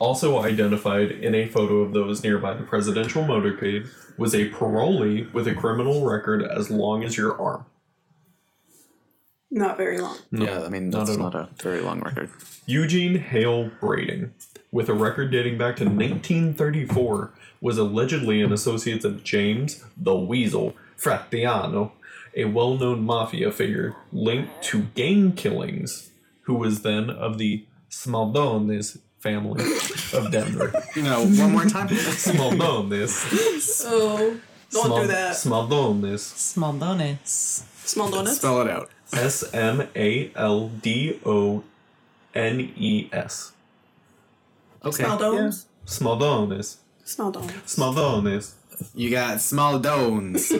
S6: Also identified in a photo of those nearby the presidential motorcade was a parolee with a criminal record as long as your arm.
S3: Not very long.
S5: yeah, I mean,
S6: not
S5: that's
S6: at all.
S5: not a very long record.
S6: Eugene Hale Brading, with a record dating back to 1934, was allegedly an associate of James the Weasel Fratiano, a well known mafia figure linked to gang killings, who was then of the Smaldones family of Denver.
S5: You know, one more time.
S6: Smaldones.
S3: Oh, don't do
S6: Smal-
S3: that.
S6: Smaldones.
S4: Small donuts.
S3: Small donuts.
S5: Spell it out.
S6: S M A L D O N E S.
S5: Okay.
S3: Small donuts.
S6: Smaldones.
S3: Small donuts.
S6: Smaldones.
S5: You got small dones.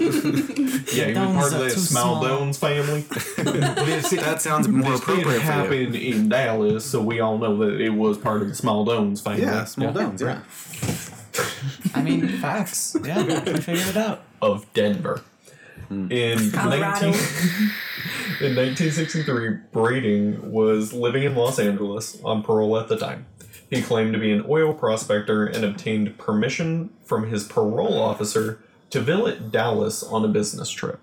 S6: Yeah, he was
S4: Dones
S6: part of
S4: are
S6: the
S4: too
S6: Smaldones family.
S5: that sounds more
S6: This did
S5: appropriate for you.
S6: happen in Dallas, so we all know that it was part of the Smaldones family.
S5: Yeah, small dones. Yeah.
S4: I mean, facts. Yeah, I figured it out.
S6: Of Denver. In, 19,
S3: Colorado.
S6: in 1963, Brading was living in Los Angeles on parole at the time. He claimed to be an oil prospector and obtained permission from his parole officer to visit Dallas on a business trip.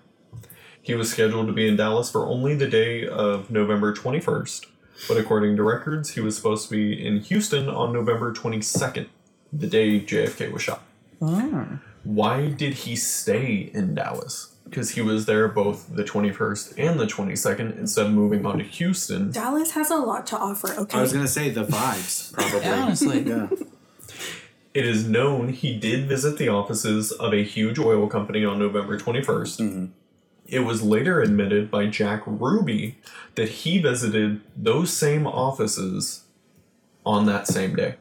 S6: He was scheduled to be in Dallas for only the day of November 21st, but according to records, he was supposed to be in Houston on November 22nd, the day JFK was shot. Why did he stay in Dallas? Because he was there both the 21st and the 22nd instead of moving on to Houston.
S3: Dallas has a lot to offer. Okay.
S5: I was gonna say the vibes, probably.
S4: Yeah, honestly.
S5: Yeah.
S6: It is known he did visit the offices of a huge oil company on November 21st. It was later admitted by Jack Ruby that he visited those same offices on that same day.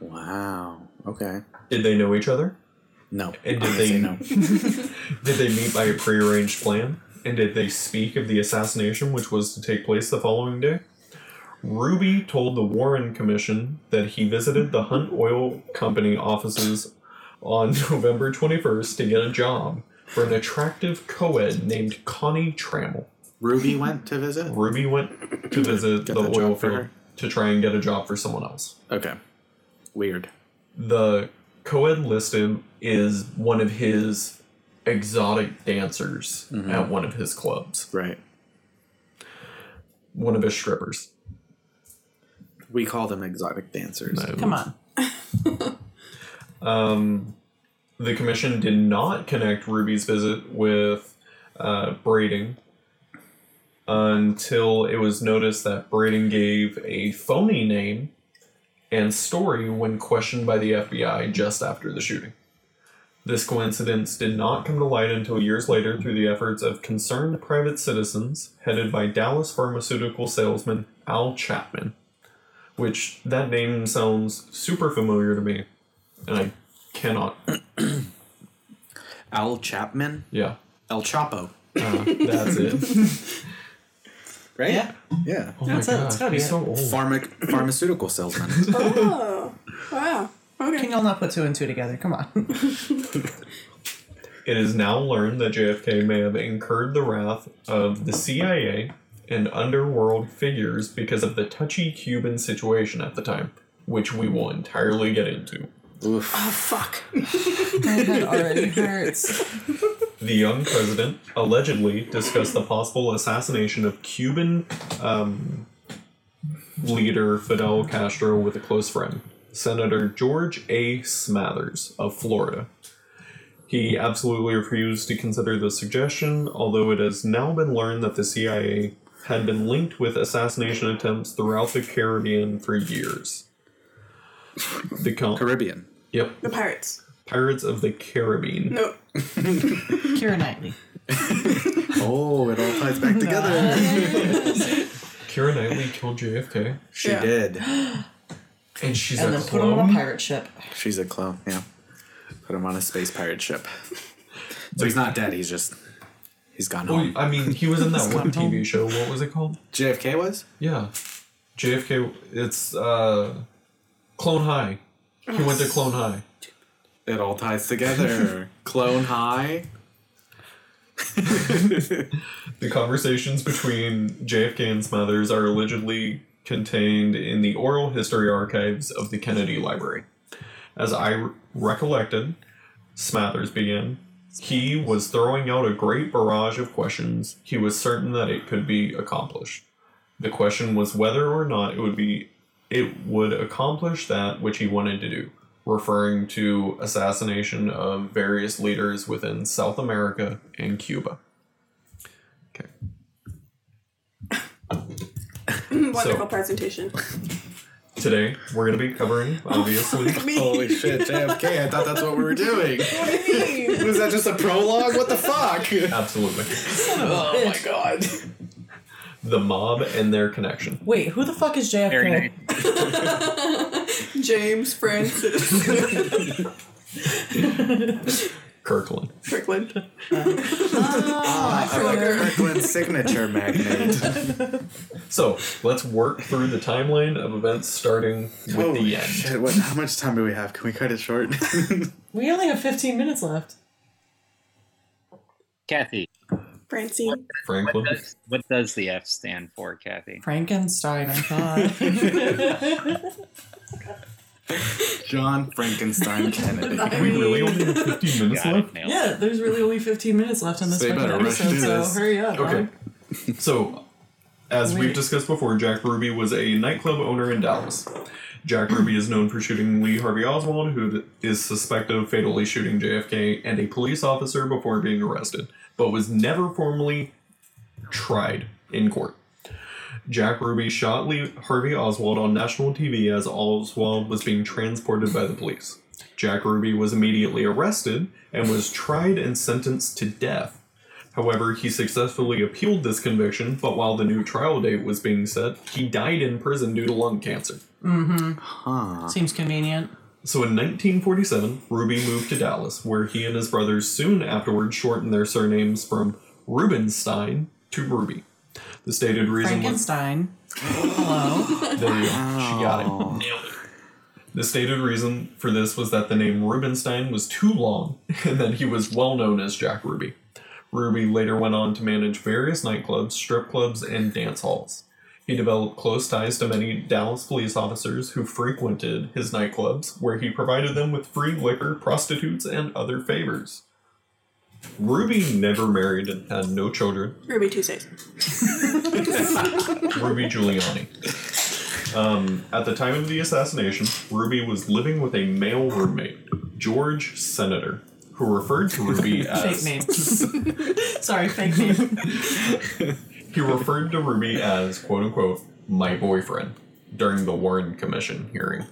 S5: Wow. Okay.
S6: Did they know each other?
S5: No.
S6: And
S5: I'm
S6: did
S5: gonna
S6: they-
S5: say no?
S6: Did they meet by a prearranged plan? And did they speak of the assassination which was to take place the following day? Ruby told the Warren Commission that he visited the Hunt Oil Company offices on November 21st to get a job for an attractive co ed named Connie Trammell.
S5: Ruby went to visit.
S6: Ruby went to visit the
S5: Get that
S6: oil
S5: job for
S6: field
S5: her.
S6: to try and get a job for someone else.
S5: Okay. Weird.
S6: the co-ed listed is one of his exotic dancers
S5: Mm-hmm.
S6: at one of his clubs
S5: Right.
S6: one of his strippers
S5: We call them exotic dancers.
S4: Come on.
S6: Um, the commission did not connect ruby's visit with uh, braiding until it was noticed that braiding gave a phony name and story when questioned by the fbi just after the shooting This coincidence did not come to light until years later through the efforts of concerned private citizens headed by Dallas pharmaceutical salesman Al Chapman, which that name sounds super familiar to me, and I cannot.
S5: Al Chapman.
S6: Yeah, Uh,
S5: El Chapo.
S6: Oh that's it.
S5: right?
S4: Yeah.
S5: Yeah.
S6: Oh
S4: That's it, it's gotta be
S6: he's
S4: it.
S6: so old.
S5: Oh. Pharma- pharmaceutical salesman.
S3: Oh, wow. Okay.
S4: Can y'all not put two and two together? Come on.
S6: It is now learned that JFK may have incurred the wrath of the CIA and underworld figures because of the touchy Cuban situation at the time, which we will entirely get into.
S3: Oh, fuck.
S4: My head already hurts.
S6: The young president allegedly discussed the possible assassination of Cuban um, leader Fidel Castro with a close friend, Senator George A. Smathers of Florida. He absolutely refused to consider the suggestion, although it has now been learned that the CIA had been linked with assassination attempts throughout the Caribbean for years. The con-
S5: Caribbean.
S6: yep,
S3: The pirates.
S6: Pirates of the Caribbean.
S3: No.
S4: Kira Knightley.
S5: Oh, it all ties back together.
S6: Kira Knightley killed JFK.
S5: she
S3: Yeah.
S5: did.
S6: And she's
S4: And
S6: a
S4: then put him
S6: clone.
S4: on a pirate ship.
S5: She's a clone. Yeah. Put him on a space pirate ship. So he's not dead. He's just he's gone
S6: Well,
S5: home.
S6: Oh, I mean, he was in that one
S4: Scott Hall.
S6: TV show. What was it called?
S5: JFK was.
S6: Yeah, JFK. It's uh, Clone High. He went to Clone High.
S5: It all ties together. clone high.
S6: The conversations between JFK and Smathers are allegedly contained in the oral history archives of the Kennedy Library. As I re- recollected, Smathers began. He was throwing out a great barrage of questions. He was certain that it could be accomplished. The question was whether or not it would be it would accomplish that which he wanted to do, referring to assassination of various leaders within South America and Cuba. Okay.
S3: Wonderful
S6: So-
S3: presentation.
S6: Today, we're going to be covering, obviously.
S3: Me.
S5: Holy shit, JFK! I thought that's what we were doing.
S3: What do you mean?
S5: Was that just a prologue? What the fuck?
S6: Absolutely.
S5: Oh my god.
S6: The mob and their connection.
S4: Wait, who the fuck is JFK?
S7: Very nice.
S3: James Francis
S6: Kirkland.
S5: Uh,
S3: Strickland. Ah,
S5: Kirkland's signature magnet.
S6: So, let's work through the timeline of events starting with
S5: Holy
S6: the end.
S5: shit! What, how much time do we have? Can we cut it short?
S4: We only have 15 minutes left.
S7: Kathy,
S3: Francine.
S7: what
S6: Franklin.
S7: does, what does the F stand for, Kathy?
S4: Frankenstein, I thought.
S5: John Frankenstein Kennedy.
S3: I
S6: We
S3: mean,
S6: really only have 15 minutes
S7: Got
S6: left?
S7: it, nailed it.
S4: yeah, there's really only 15 minutes left in this
S5: They
S4: fucking
S5: better rush
S4: episode,
S5: through
S4: so
S5: this.
S4: hurry up.
S6: Okay.
S4: Ron.
S6: So, as we've
S4: Wait.
S6: discussed before, Jack Ruby was a nightclub owner in Dallas. Jack Ruby is known for shooting Lee Harvey Oswald, who is suspected of fatally shooting JFK and a police officer before being arrested, but was never formally tried in court. Jack Ruby shot Lee Harvey Oswald on national TV as Oswald was being transported by the police. Jack Ruby was immediately arrested and was tried and sentenced to death. However, he successfully appealed this conviction, but while the new trial date was being set, he died in prison due to lung cancer.
S4: Seems convenient.
S6: So in 1947, Ruby moved to Dallas, where he and his brothers soon afterwards shortened their surnames from Rubenstein to Ruby. The stated reason was
S4: Frankenstein. Hello.
S6: There you go. She got it. Nailed it. The stated reason for this was that the name Rubenstein was too long and that he was well known as Jack Ruby. Ruby later went on to manage various nightclubs, strip clubs, and dance halls. He developed close ties to many Dallas police officers who frequented his nightclubs, where he provided them with free liquor, prostitutes, and other favors. Ruby never married and had no children.
S3: Ruby Tuesdays.
S6: Ruby Giuliani. Um, at the time of the assassination, Ruby was living with a male roommate, George Senator, who referred to Ruby
S5: Uh,
S4: Fake
S6: as
S4: name. Sorry, fake name.
S6: he referred to Ruby as quote unquote my boyfriend during the Warren Commission hearing,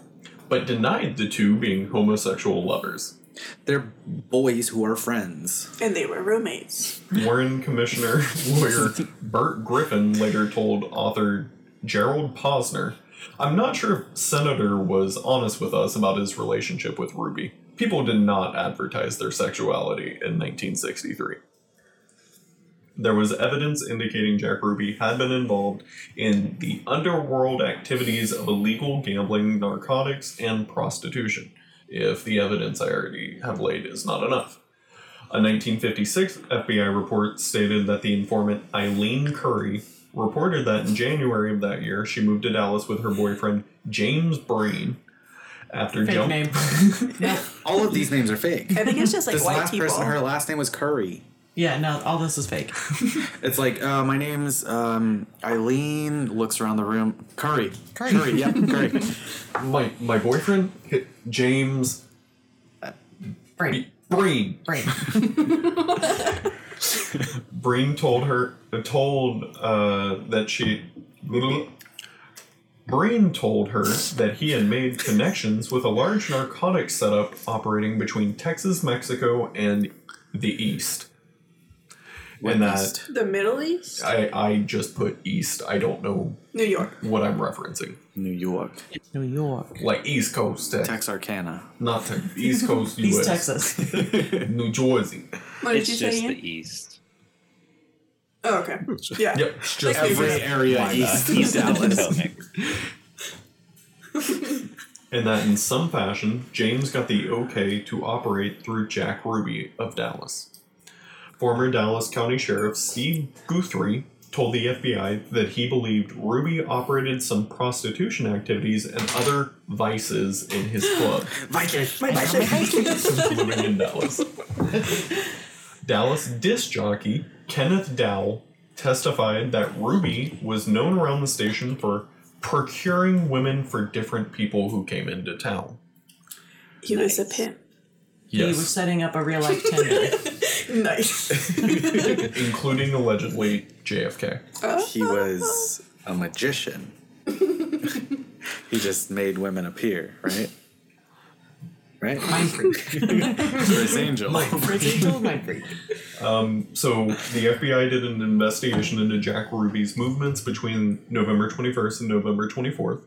S6: but denied the two being homosexual lovers.
S5: They're boys who are friends.
S3: And they were roommates.
S6: Warren Commissioner lawyer Bert Griffin later told author Gerald Posner, I'm not sure if Senator was honest with us about his relationship with Ruby. People did not advertise their sexuality in 1963. there was evidence indicating Jack Ruby had been involved in the underworld activities of illegal gambling, narcotics, and prostitution. If the evidence I already have laid is not enough. A 1956 FBI report stated that the informant Eileen Curry reported that in January of that year, she moved to Dallas with her boyfriend James Breen. After
S4: Fake
S6: jump-
S4: name.
S5: All of these names are fake.
S3: I think it's just like
S5: this
S3: white
S5: last
S3: people.
S5: person, her last name was Curry.
S4: Yeah, no, all this is fake.
S5: It's like uh, my name's um, Eileen. Looks around the room. Curry. Curry. Curry. Yep. Curry.
S6: my my boyfriend hit James
S4: Brain.
S6: Breen.
S4: Brain.
S6: Breen told her told uh, that she Breen told her that he had made connections with a large narcotic setup operating between Texas, Mexico, and the East. And
S5: uh,
S6: that
S5: Witnessed.
S3: The Middle East?
S6: I, I just put East. I don't know
S3: New York.
S6: what I'm referencing.
S5: New York.
S4: New York.
S6: Like East Coast, Tex-
S5: Texarkana.
S6: not Tex- East Coast,
S4: East
S6: US,
S4: Texas.
S6: New Jersey.
S3: What did
S7: It's
S3: you
S7: just
S3: say? again?
S7: the East.
S3: Oh, okay. Yeah.
S6: Yep, it's just
S3: Like
S5: Every area east of
S7: East of the
S5: Dallas.
S7: Potomac.
S6: and that in some fashion, James got the okay to operate through Jack Ruby of Dallas. Former Dallas County Sheriff Steve Guthrie told the FBI that he believed Ruby operated some prostitution activities and other vices in his club since living in Dallas. Dallas disc jockey Kenneth Dowell testified that Ruby was known around the station for procuring women for different people who came into town.
S3: He was a pimp.
S4: He was setting up a real life Tinder.
S3: Nice.
S6: including allegedly JFK.
S5: He was a magician. he just made women appear, right? Right? Mind freak. Chris Angel.
S4: Rachel, my freak.
S6: So the FBI did an investigation into Jack Ruby's movements between November 21st and November 24th.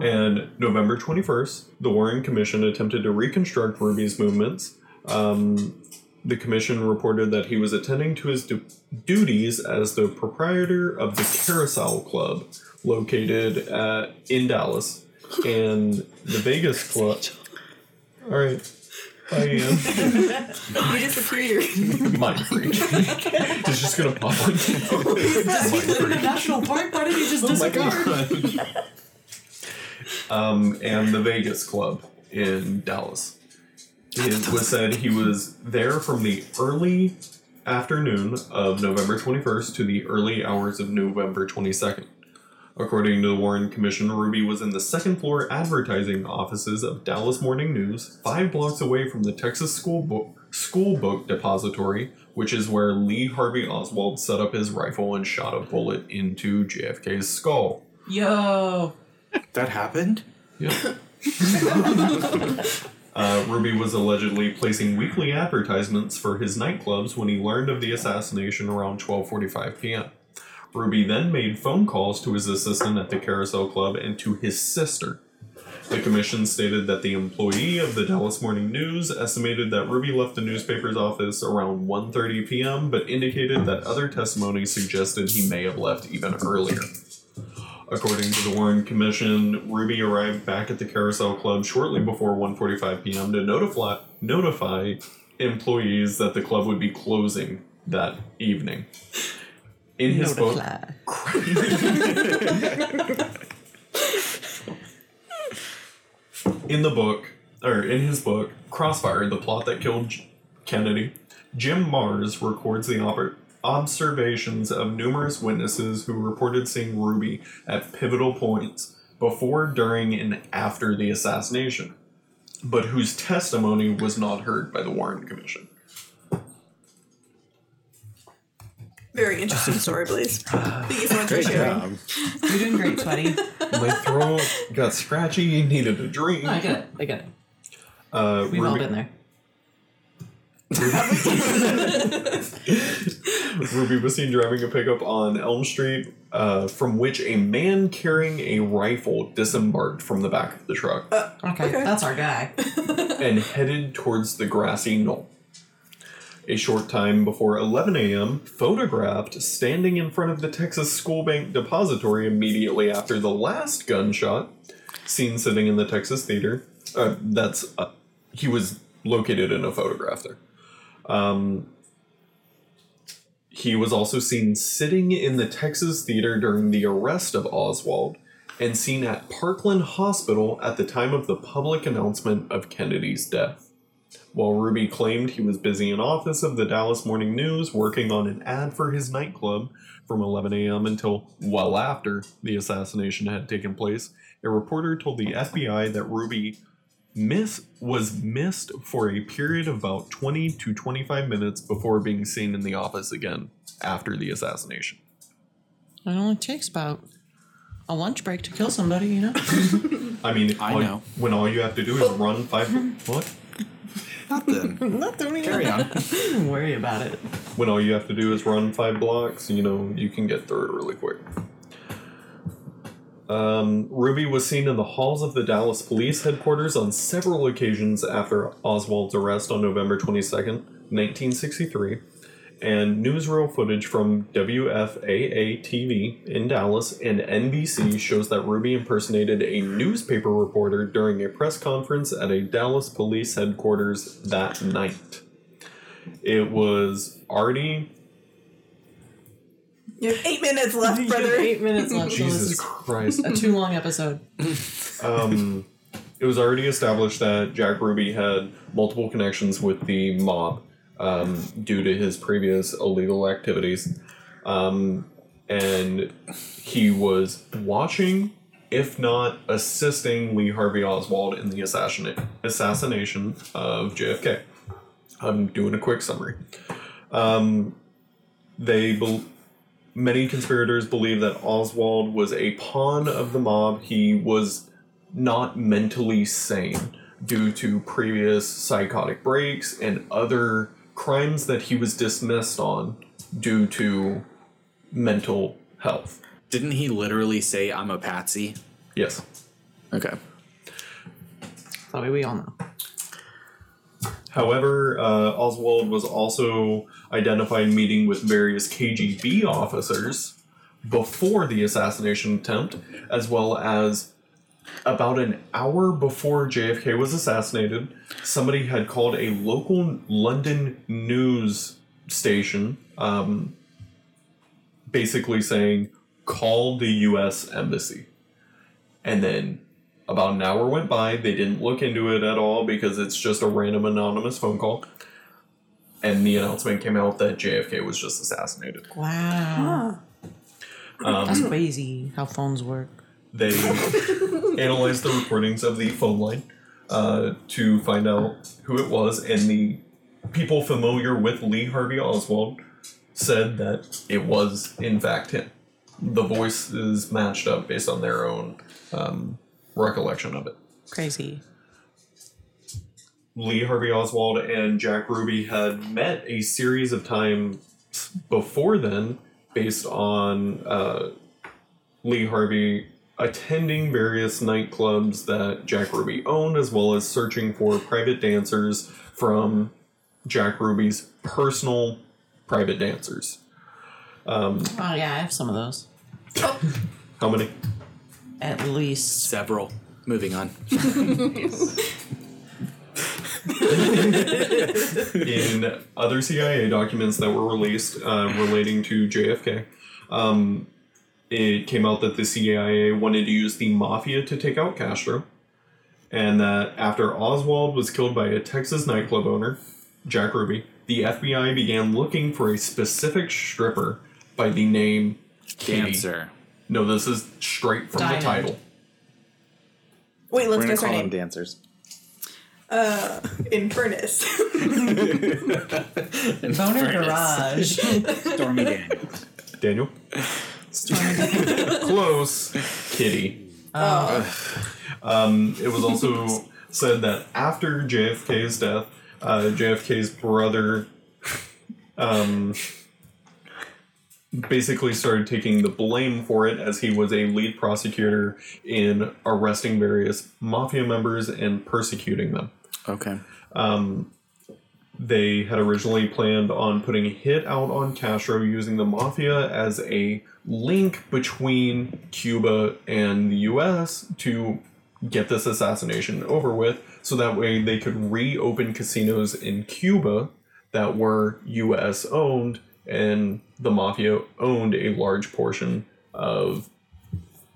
S6: And November 21st, the Warren Commission attempted to reconstruct Ruby's movements. Um, the commission reported that he was attending to his du- duties as the proprietor of the Carousel Club, located at, in Dallas, and the Vegas Club. All right. Bye, Ian.
S3: He disappeared.
S6: Mind freak. It's just gonna pop on.
S4: He lived in a national park. Why did he
S5: Oh
S4: just disappear?
S6: Um, and the Vegas Club in Dallas. It was said he was there from the early afternoon of November 21st to the early hours of November 22nd. According to the Warren Commission, Ruby was in the second floor advertising offices of Dallas Morning News, five blocks away from the Texas School Book, school book Depository, which is where Lee Harvey Oswald set up his rifle and shot a bullet into JFK's skull.
S4: Yo.
S5: That happened?
S6: Yeah. uh, Ruby was allegedly placing weekly advertisements for his nightclubs when he learned of the assassination around 12:45 p.m. Ruby then made phone calls to his assistant at the Carousel Club and to his sister. The commission stated that the employee of the Dallas Morning News estimated that Ruby left the newspaper's office around 1:30 p.m., but indicated that other testimony suggested he may have left even earlier. According to the Warren Commission, Ruby arrived back at the Carousel Club shortly before 1:45 p.m. to notify notify employees that the club would be closing that evening. In his book,
S4: Notify.
S6: in the book, or in his book, Crossfire, the plot that killed J- Kennedy, Jim Mars records the oper- observations of numerous witnesses who reported seeing Ruby at pivotal points before, during, and after the assassination, but whose testimony was not heard by the Warren Commission.
S3: Very interesting story, Blaze. Thank you so much for sharing.
S4: You're doing great, sweaty.
S6: My throat got scratchy, needed a drink.
S4: No, I get it. I get it.
S6: Uh,
S4: We've all
S6: Ruby-
S4: been there.
S6: Ruby was seen driving a pickup on Elm Street, uh, from which a man carrying a rifle disembarked from the back of the truck
S4: Okay, that's our guy.
S6: and headed towards the grassy knoll. a short time before 11 a.m., photographed standing in front of the Texas School Bank Depository immediately after the last gunshot, seen sitting in the Texas Theater. Uh, that's uh, he was located in a photograph there. Um, he was also seen sitting in the Texas Theater during the arrest of Oswald and seen at Parkland Hospital at the time of the public announcement of Kennedy's death. While Ruby claimed he was busy in office of the Dallas Morning News working on an ad for his nightclub from 11 a.m. until well after the assassination had taken place, a reporter told the FBI that Ruby miss was missed for a period of about 20 to 25 minutes before being seen in the office again after the assassination.
S4: It only takes about a lunch break to kill somebody, you know?
S6: I mean,
S5: I
S6: all-
S5: know.
S6: when all you have to do is run five what?
S5: Nothing.
S4: Not doing
S5: Carry on.
S4: Don't worry about it.
S6: When all you have to do is run five blocks, you know, you can get through it really quick. Um, Ruby was seen in the halls of the Dallas Police Headquarters on several occasions after Oswald's arrest on November 22nd, 1963, and newsreel footage from WFAA TV in Dallas and NBC shows that Ruby impersonated a newspaper reporter during a press conference at a Dallas Police Headquarters that night. It was Artie.
S3: You have eight minutes left,
S4: You have
S3: brother.
S4: eight minutes left. so this
S6: Jesus
S4: is
S6: Christ.
S4: a too long episode.
S6: um, it was already established that Jack Ruby had multiple connections with the mob um, due to his previous illegal activities. Um, and he was watching, if not assisting, Lee Harvey Oswald in the assassin- assassination of JFK. I'm doing a quick summary. Um, they bel many conspirators believe that Oswald was a pawn of the mob. He was not mentally sane due to previous psychotic breaks and other crimes that he was dismissed on due to mental health.
S5: Didn't he literally say, I'm a patsy?
S6: Yes.
S5: Okay.
S4: That way we all know.
S6: However, uh, Oswald was also identified meeting with various KGB officers before the assassination attempt, as well as about an hour before JFK was assassinated, somebody had called a local London news station, um, basically saying, call the US Embassy. And then about an hour went by. They didn't look into it at all because it's just a random anonymous phone call. And the announcement came out that JFK was just assassinated.
S4: Wow.
S6: Um,
S3: Ah,
S4: That's crazy how phones work.
S6: They analyzed the recordings of the phone line uh, to find out who it was, and the people familiar with Lee Harvey Oswald said that it was, in fact, him. The voices matched up based on their own um, recollection of it.
S4: Crazy.
S6: Lee Harvey Oswald and Jack Ruby had met a series of times before then, based on uh, Lee Harvey attending various nightclubs that Jack Ruby owned, as well as searching for private dancers from Jack Ruby's personal private dancers.
S4: Oh, yeah, I have some of those.
S6: How many?
S4: At least.
S5: Several. Moving on.
S6: in other CIA documents that were released uh, relating to JFK. Um, it came out that the CIA wanted to use the mafia to take out Castro, and that after Oswald was killed by a Texas nightclub owner, Jack Ruby, the FBI began looking for a specific stripper by the name Kitty.
S5: Dancer.
S6: No, this is straight from
S4: Diamond.
S6: the title.
S3: Wait,
S5: We're
S3: let's
S5: gonna
S3: guess her
S5: call them
S3: name.
S5: dancers.
S3: Infernus.
S4: Boner Garage.
S7: Stormy Daniels.
S6: Daniel? Close. Kitty. Um, it was also said that after JFK's death, uh, JFK's brother um, basically started taking the blame for it as he was a lead prosecutor in arresting various mafia members and persecuting them.
S5: Okay.
S6: Um, They had originally planned on putting a hit out on Castro using the mafia as a link between Cuba and the US to get this assassination over with so that way they could reopen casinos in Cuba that were US owned and the mafia owned a large portion of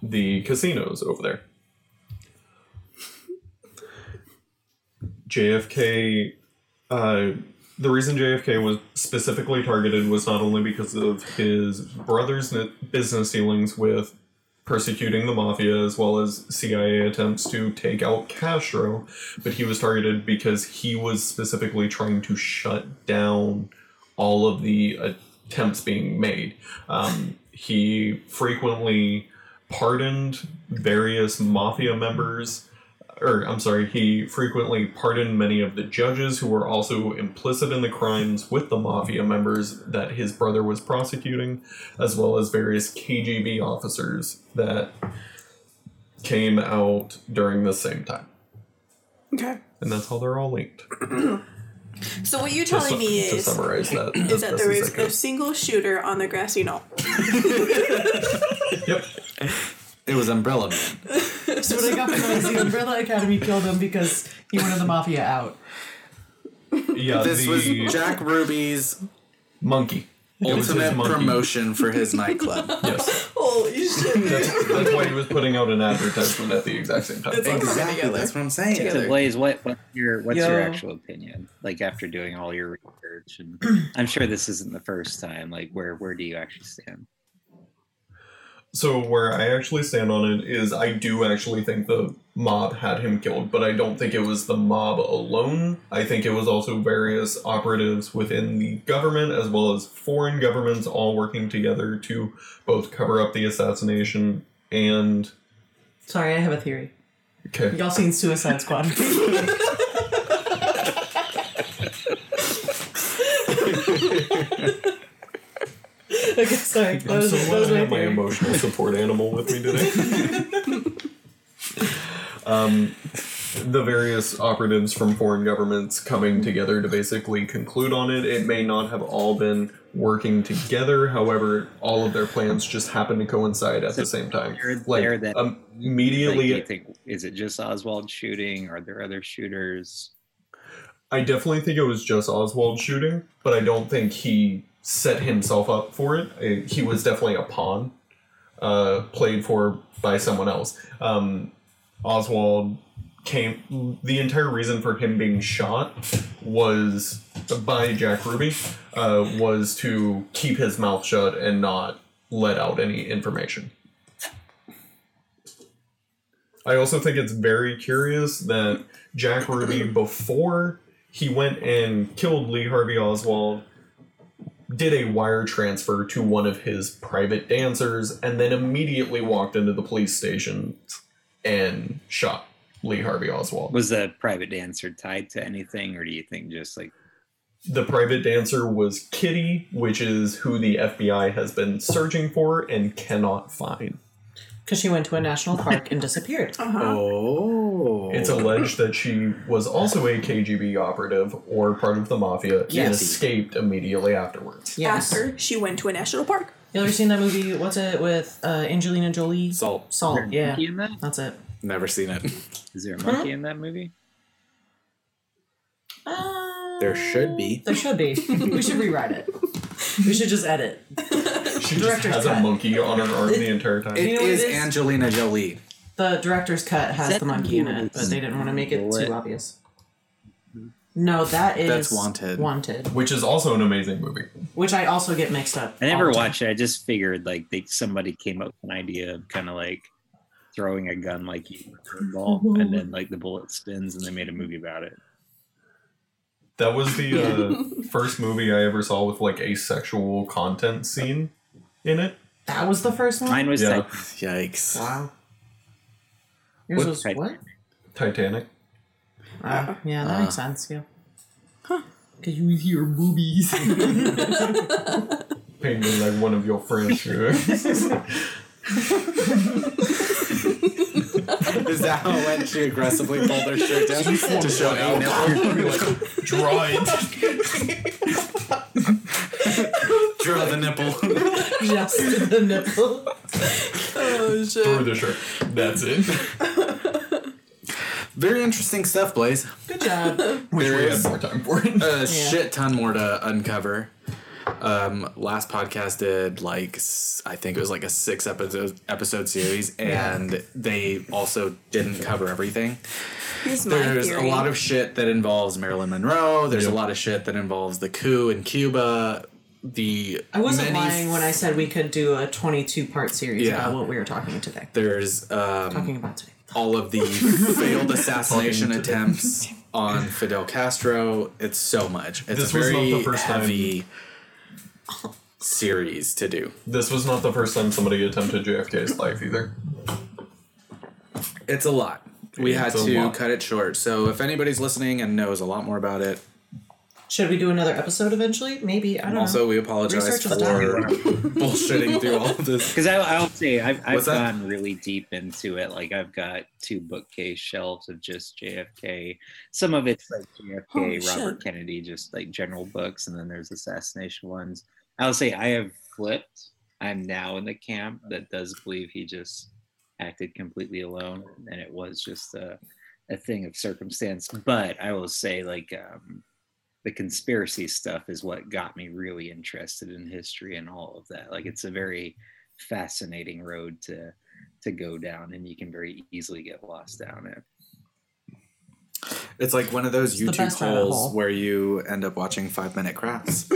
S6: the casinos over there. JFK, uh, the reason JFK was specifically targeted was not only because of his brother's n- business dealings with persecuting the mafia as well as CIA attempts to take out Castro, but he was targeted because he was specifically trying to shut down all of the attempts being made. Um, he frequently pardoned various mafia members or I'm sorry, he frequently pardoned many of the judges who were also implicit in the crimes with the mafia members that his brother was prosecuting, as well as various KGB officers that came out during the same time.
S3: Okay.
S6: And that's how they're all linked.
S3: So what you're
S6: To,
S3: telling
S6: su-
S3: me
S6: to
S3: is
S6: summarize that,
S3: is
S6: as
S3: that
S6: best
S3: there
S6: as
S3: was
S6: I
S3: a
S6: could.
S3: single shooter on the grassy knoll.
S6: Yep.
S5: It was Umbrella Man.
S4: So when I got from the Umbrella Academy killed him because he wanted the mafia out.
S6: Yeah,
S5: This
S6: the
S5: was Jack Ruby's
S6: monkey. It was his
S5: ultimate
S6: monkey.
S5: promotion for his nightclub.
S6: Yes.
S3: Holy shit!
S6: That's, that's why he was putting out an advertisement at the exact same time.
S3: It's-
S5: exactly. That's what I'm saying.
S7: So Blaze, what, what's your what's your
S4: Yo.
S7: actual opinion? Like after doing all your research, and I'm sure this isn't the first time. Like where where do you actually stand?
S6: So where I actually stand on it is I do actually think the mob had him killed, but I don't think it was the mob alone. I think it was also various operatives within the government as well as foreign governments all working together to both cover up the assassination and
S4: Sorry, I have a theory.
S6: okay.
S4: Y'all seen Suicide Squad? okay, sorry. That
S6: I'm
S4: was,
S6: so
S4: that
S6: glad
S4: was
S6: I
S4: my
S6: have my
S4: theory.
S6: emotional support animal with me today. um, the various operatives from foreign governments coming together to basically conclude on it. It may not have all been working together, however, all of their plans just happen to coincide at the same time.
S7: They're-
S6: Like
S7: they're that-
S6: um,
S7: Like, do
S6: immediately,
S7: you think is it just Oswald shooting? Are there other shooters?
S6: I definitely think it was just Oswald shooting, but I don't think he set himself up for it. I- He was definitely a pawn, uh, played for by someone else. Um, Oswald came. The entire reason for him being shot was by Jack Ruby uh, was to keep his mouth shut and not let out any information. I also think it's very curious that Jack Ruby, before he went and killed Lee Harvey Oswald, did a wire transfer to one of his private dancers and then immediately walked into the police station and shot Lee Harvey Oswald.
S7: Was the private dancer tied to anything, or do you think just like
S6: The private dancer was Kitty, which is who the FBI has been searching for and cannot find.
S4: Because she went to a national park and disappeared.
S3: Uh-huh.
S5: Oh.
S6: It's alleged that she was also a KGB operative or part of the mafia and
S4: Yes.
S6: escaped immediately afterwards.
S4: Yes.
S3: After she went to a national park.
S4: You ever seen that movie? What's it with uh, Angelina Jolie?
S5: Salt.
S4: Salt.
S6: Mm-hmm.
S4: Yeah.
S7: monkey in that?
S4: That's it.
S5: Never seen it.
S7: Is there a monkey in that movie?
S4: Uh,
S5: There should be.
S4: There should be. we should rewrite it. We should just edit.
S6: She just
S4: Director's
S6: has
S4: cut.
S6: a monkey on her arm the entire time.
S5: It
S4: You know what
S5: is
S4: it is?
S5: Angelina Jolie.
S4: The director's cut has
S7: that
S4: the monkey in
S7: the
S4: it,
S7: one
S4: but
S7: that's
S4: they didn't want to make it
S7: lit?
S4: too obvious. No, that is
S5: That's Wanted.
S4: Wanted,
S6: which is also an amazing movie.
S4: which I also get mixed up.
S7: I
S4: all
S7: never
S4: the time.
S7: watched it. I just figured like they, somebody came up with an idea of kind of like throwing a gun like you would a ball,
S4: Mm-hmm.
S7: and then like the bullet spins, and they made a movie about it.
S6: That was the uh, first movie I ever saw with like a sexual content scene in it.
S4: That was the first one.
S7: Mine was
S6: Yeah.
S7: Titan-
S5: Yikes.
S4: Wow. Yours
S6: What-
S4: was
S7: Right.
S4: what?
S6: Titanic.
S4: Uh, yeah, that makes sense. Yeah. Cause you hear boobies.
S6: Paid me like one of your friends.
S5: Is that how it went? She aggressively pulled her shirt down to show a nipple.
S6: Draw it.
S5: Draw the nipple.
S4: Just the nipple.
S3: Oh
S6: Through
S3: shit.
S6: the shirt. That's it.
S5: Very interesting stuff, Blaze.
S4: Good job.
S6: Wish
S5: There
S6: we had
S5: is-
S6: more time for it.
S5: a shit ton more to uncover. Um, last podcast did like s- I think it was like a six episode episode series, and they also didn't cover everything.
S3: Here's my
S5: There's
S3: theory.
S5: a lot of shit that involves Marilyn Monroe. There's a lot of shit that involves the coup in Cuba. The
S4: I wasn't
S5: many-
S4: lying when I said we could do a 22 part series
S5: Yeah.
S4: about what we were talking today.
S5: There's um,
S4: Talking about today.
S5: all of the failed assassination attempts on Fidel Castro. It's so much. It's
S6: This
S5: a
S6: was
S5: very
S6: not the first time-
S5: heavy series to do.
S6: This was not the first time somebody attempted JFK's life either.
S5: It's a lot. We had
S6: It's a
S5: to
S6: lot.
S5: cut it short. So if anybody's listening and knows a lot more about it,
S4: Should we do another episode eventually? Maybe. I don't
S5: also
S4: know.
S5: we apologize
S4: Research
S5: for
S4: is dying.
S5: bullshitting through all of this.
S7: Because I'll say I've, I've
S5: What's that?
S7: gone really deep into it. Like I've got two bookcase shelves of just JFK. Some of it's like JFK,
S3: Holy
S7: Robert
S3: shit.
S7: Kennedy, just like general books, and then there's assassination ones. I'll say I have flipped. I'm now in the camp that does believe he just acted completely alone, and it was just a, a thing of circumstance. But I will say, like. Um, the conspiracy stuff is what got me really interested in history and all of that. Like it's a very fascinating road to to go down and you can very easily get lost down it.
S5: It's like one of those
S4: the
S5: YouTube
S4: best rabbit
S5: holes
S4: hole.
S5: where you end up watching five minute crafts.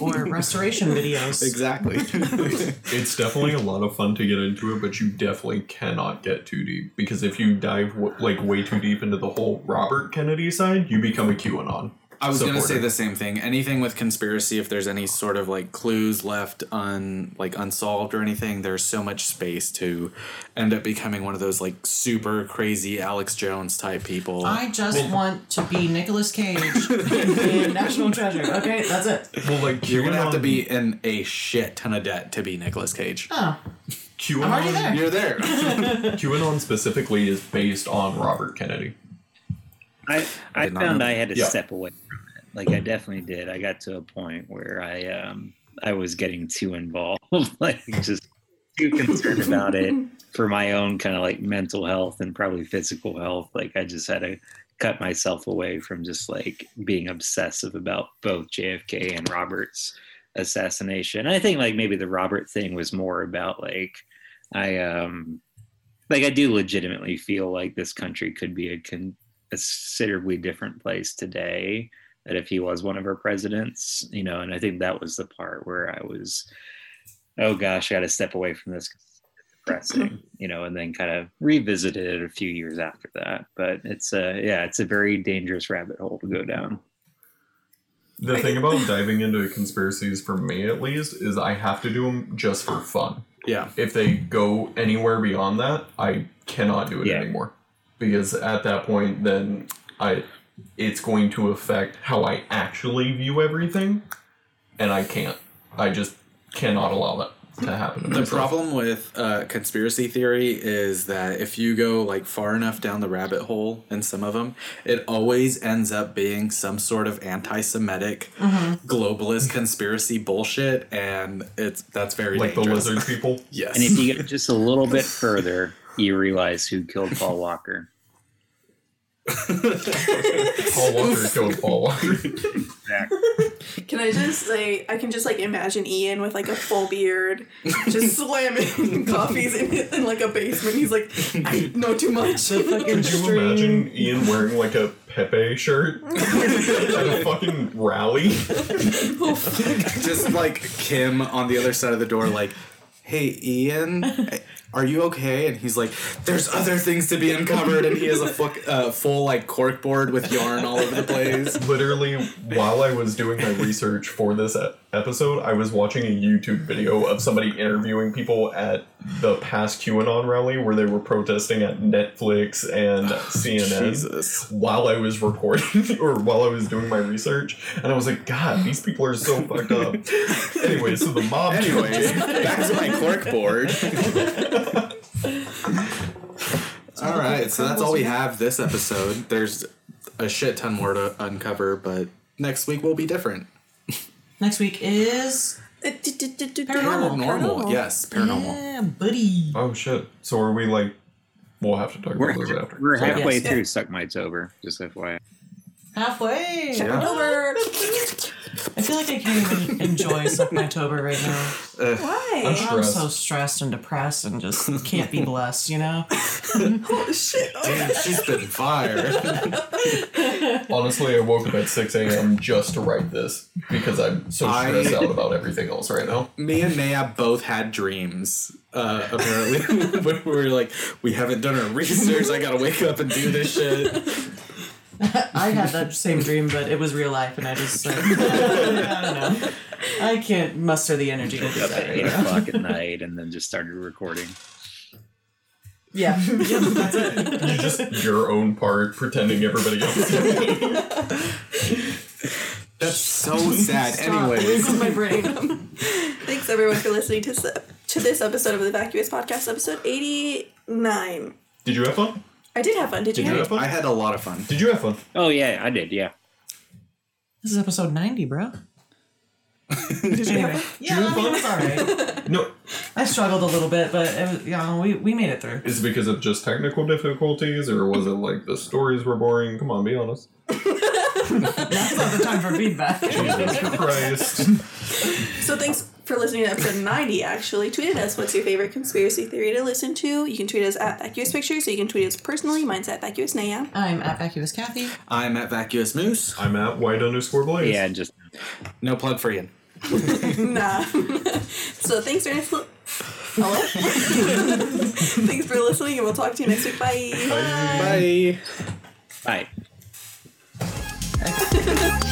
S4: or restoration videos.
S5: exactly.
S6: It's definitely a lot of fun to get into it, but you definitely cannot get too deep because if you dive w- like way too deep into the whole Robert Kennedy side, you become a QAnon.
S5: I was gonna say
S6: supporter.
S5: the same thing. Anything with conspiracy, if there's any sort of like clues left un like unsolved or anything, there's so much space to end up becoming one of those like super crazy Alex Jones type people.
S4: I just want to be Nicolas Cage in National Treasure. Okay, that's it.
S6: Well, like
S5: You're gonna have to
S6: QAnon-
S5: be in a shit ton of debt to be Nicolas Cage.
S4: Oh, I'm already
S6: QAnon.
S4: there.
S5: You're there.
S6: QAnon specifically is based on Robert Kennedy.
S7: I, I
S5: did not
S7: found
S5: know
S7: I had to
S6: Yeah.
S7: step away from it. Like I definitely did. I got to a point where I um I was getting too involved, like just too concerned about it for my own kind of like mental health and probably physical health. Like I just had to cut myself away from just like being obsessive about both JFK and Robert's assassination. I think like maybe the Robert thing was more about like I um like I do legitimately feel like this country could be a con- considerably different place today that if he was one of our presidents, you know, and I think that was the part where I was, oh gosh, I got to step away from this 'cause it's depressing, you know, and then kind of revisit it a few years after that. But it's a, yeah, it's a very dangerous rabbit hole to go down.
S6: The thing about diving into conspiracies, for me at least, is I have to do them just for fun.
S5: yeah.
S6: If they go anywhere beyond that, I cannot do it
S7: Yeah.
S6: anymore because at that point, then I it's going to affect how I actually view everything, and I can't. I just cannot allow that to happen. To
S5: The
S6: myself.
S5: problem with uh, conspiracy theory is that if you go like far enough down the rabbit hole in some of them, it always ends up being some sort of anti-Semitic, globalist conspiracy bullshit, and it's that's very
S6: like the
S5: dangerous.
S6: lizard people.
S5: Yes,
S7: And if you get just a little bit further, you realize who killed Paul Walker.
S6: Paul Walker killed Paul Walker.
S3: Can I just say I can just like imagine Ian with like a full beard, just slamming coffees in, in like a basement. He's like, I know too much.
S6: Could you imagine Ian wearing like a Pepe shirt at a fucking rally?
S5: just like Kim on the other side of the door, like, "Hey, Ian, are you okay?" And he's like, "There's other things to be uncovered," and he has a fuck, uh, full like cork board with yarn all over the place.
S6: Literally, while I was doing my research for this e- episode, I was watching a YouTube video of somebody interviewing people at the past QAnon rally where they were protesting at Netflix and CNN.
S5: Jesus.
S6: While I was recording or while I was doing my research, and I was like, God, these people are so fucked up. anyway, so the mob.
S5: Anyway, back to my cork board. All right, so that's all we have this episode. There's a shit ton more to uncover, but next week will be different.
S4: Next week is
S3: Paranormal.
S5: Normal, yes, paranormal.
S4: Yeah, buddy.
S6: Oh shit. So are we like? We'll have to talk
S7: We're,
S6: about those after.
S7: we're halfway
S4: Yes.
S7: through Suck My Over, just FYI.
S4: Halfway.
S3: Over.
S4: I feel like I can't even enjoy Suck My Tober right now.
S6: I'm
S3: Why?
S4: I'm
S6: stressed.
S4: so stressed and depressed and just can't be blessed, you know?
S3: Oh, shit.
S5: Damn, she's been fired.
S6: Honestly, I woke up at 6 a.m. just to write this because I'm so
S5: I-
S6: stressed out about everything else right now.
S5: Me and Naya both had dreams. Uh, apparently, when we were like, we haven't done our research. I gotta wake up and do this shit.
S4: I had that same dream, but it was real life, and I just like, I don't know. I can't muster the energy to do
S7: Up at
S4: that.
S7: eight o'clock at night, and then just started recording.
S4: Yeah. yeah, that's it.
S6: You're just your own part pretending everybody else.
S5: That's so sad.
S4: Stop. This
S5: Anyways,
S4: is my brain.
S3: Thanks everyone for listening to, s- to this episode of the Vacuous Podcast, episode 89.
S6: Did you have fun?
S3: I did have fun. Did you?
S6: Did you have fun?
S5: I had a lot of fun.
S6: Did you have fun?
S7: Oh yeah, I did. Yeah.
S4: This is episode 90, bro. anyway, yeah, I mean, it was all right.
S6: No,
S4: I struggled a little bit, but it was, you know, we, we made it through.
S6: is it because of just technical difficulties, or was it like the stories were boring? Come on, be honest.
S4: That's not the time for feedback.
S6: Jesus Christ.
S3: So thanks for listening to episode 90, actually. Tweet at us what's your favorite conspiracy theory to listen to. You can tweet us at Vacuous Pictures, or you can tweet us personally. Mine's at Vacuous Naya.
S4: I'm at Vacuous Kathy.
S5: I'm at Vacuous Moose.
S6: I'm at white underscore blaze.
S7: Yeah, just
S5: No plug for Ian.
S3: Nah. so thanks for listening. thanks for listening, and we'll talk to you next week. Bye.
S5: Bye.
S7: bye.
S3: Bye.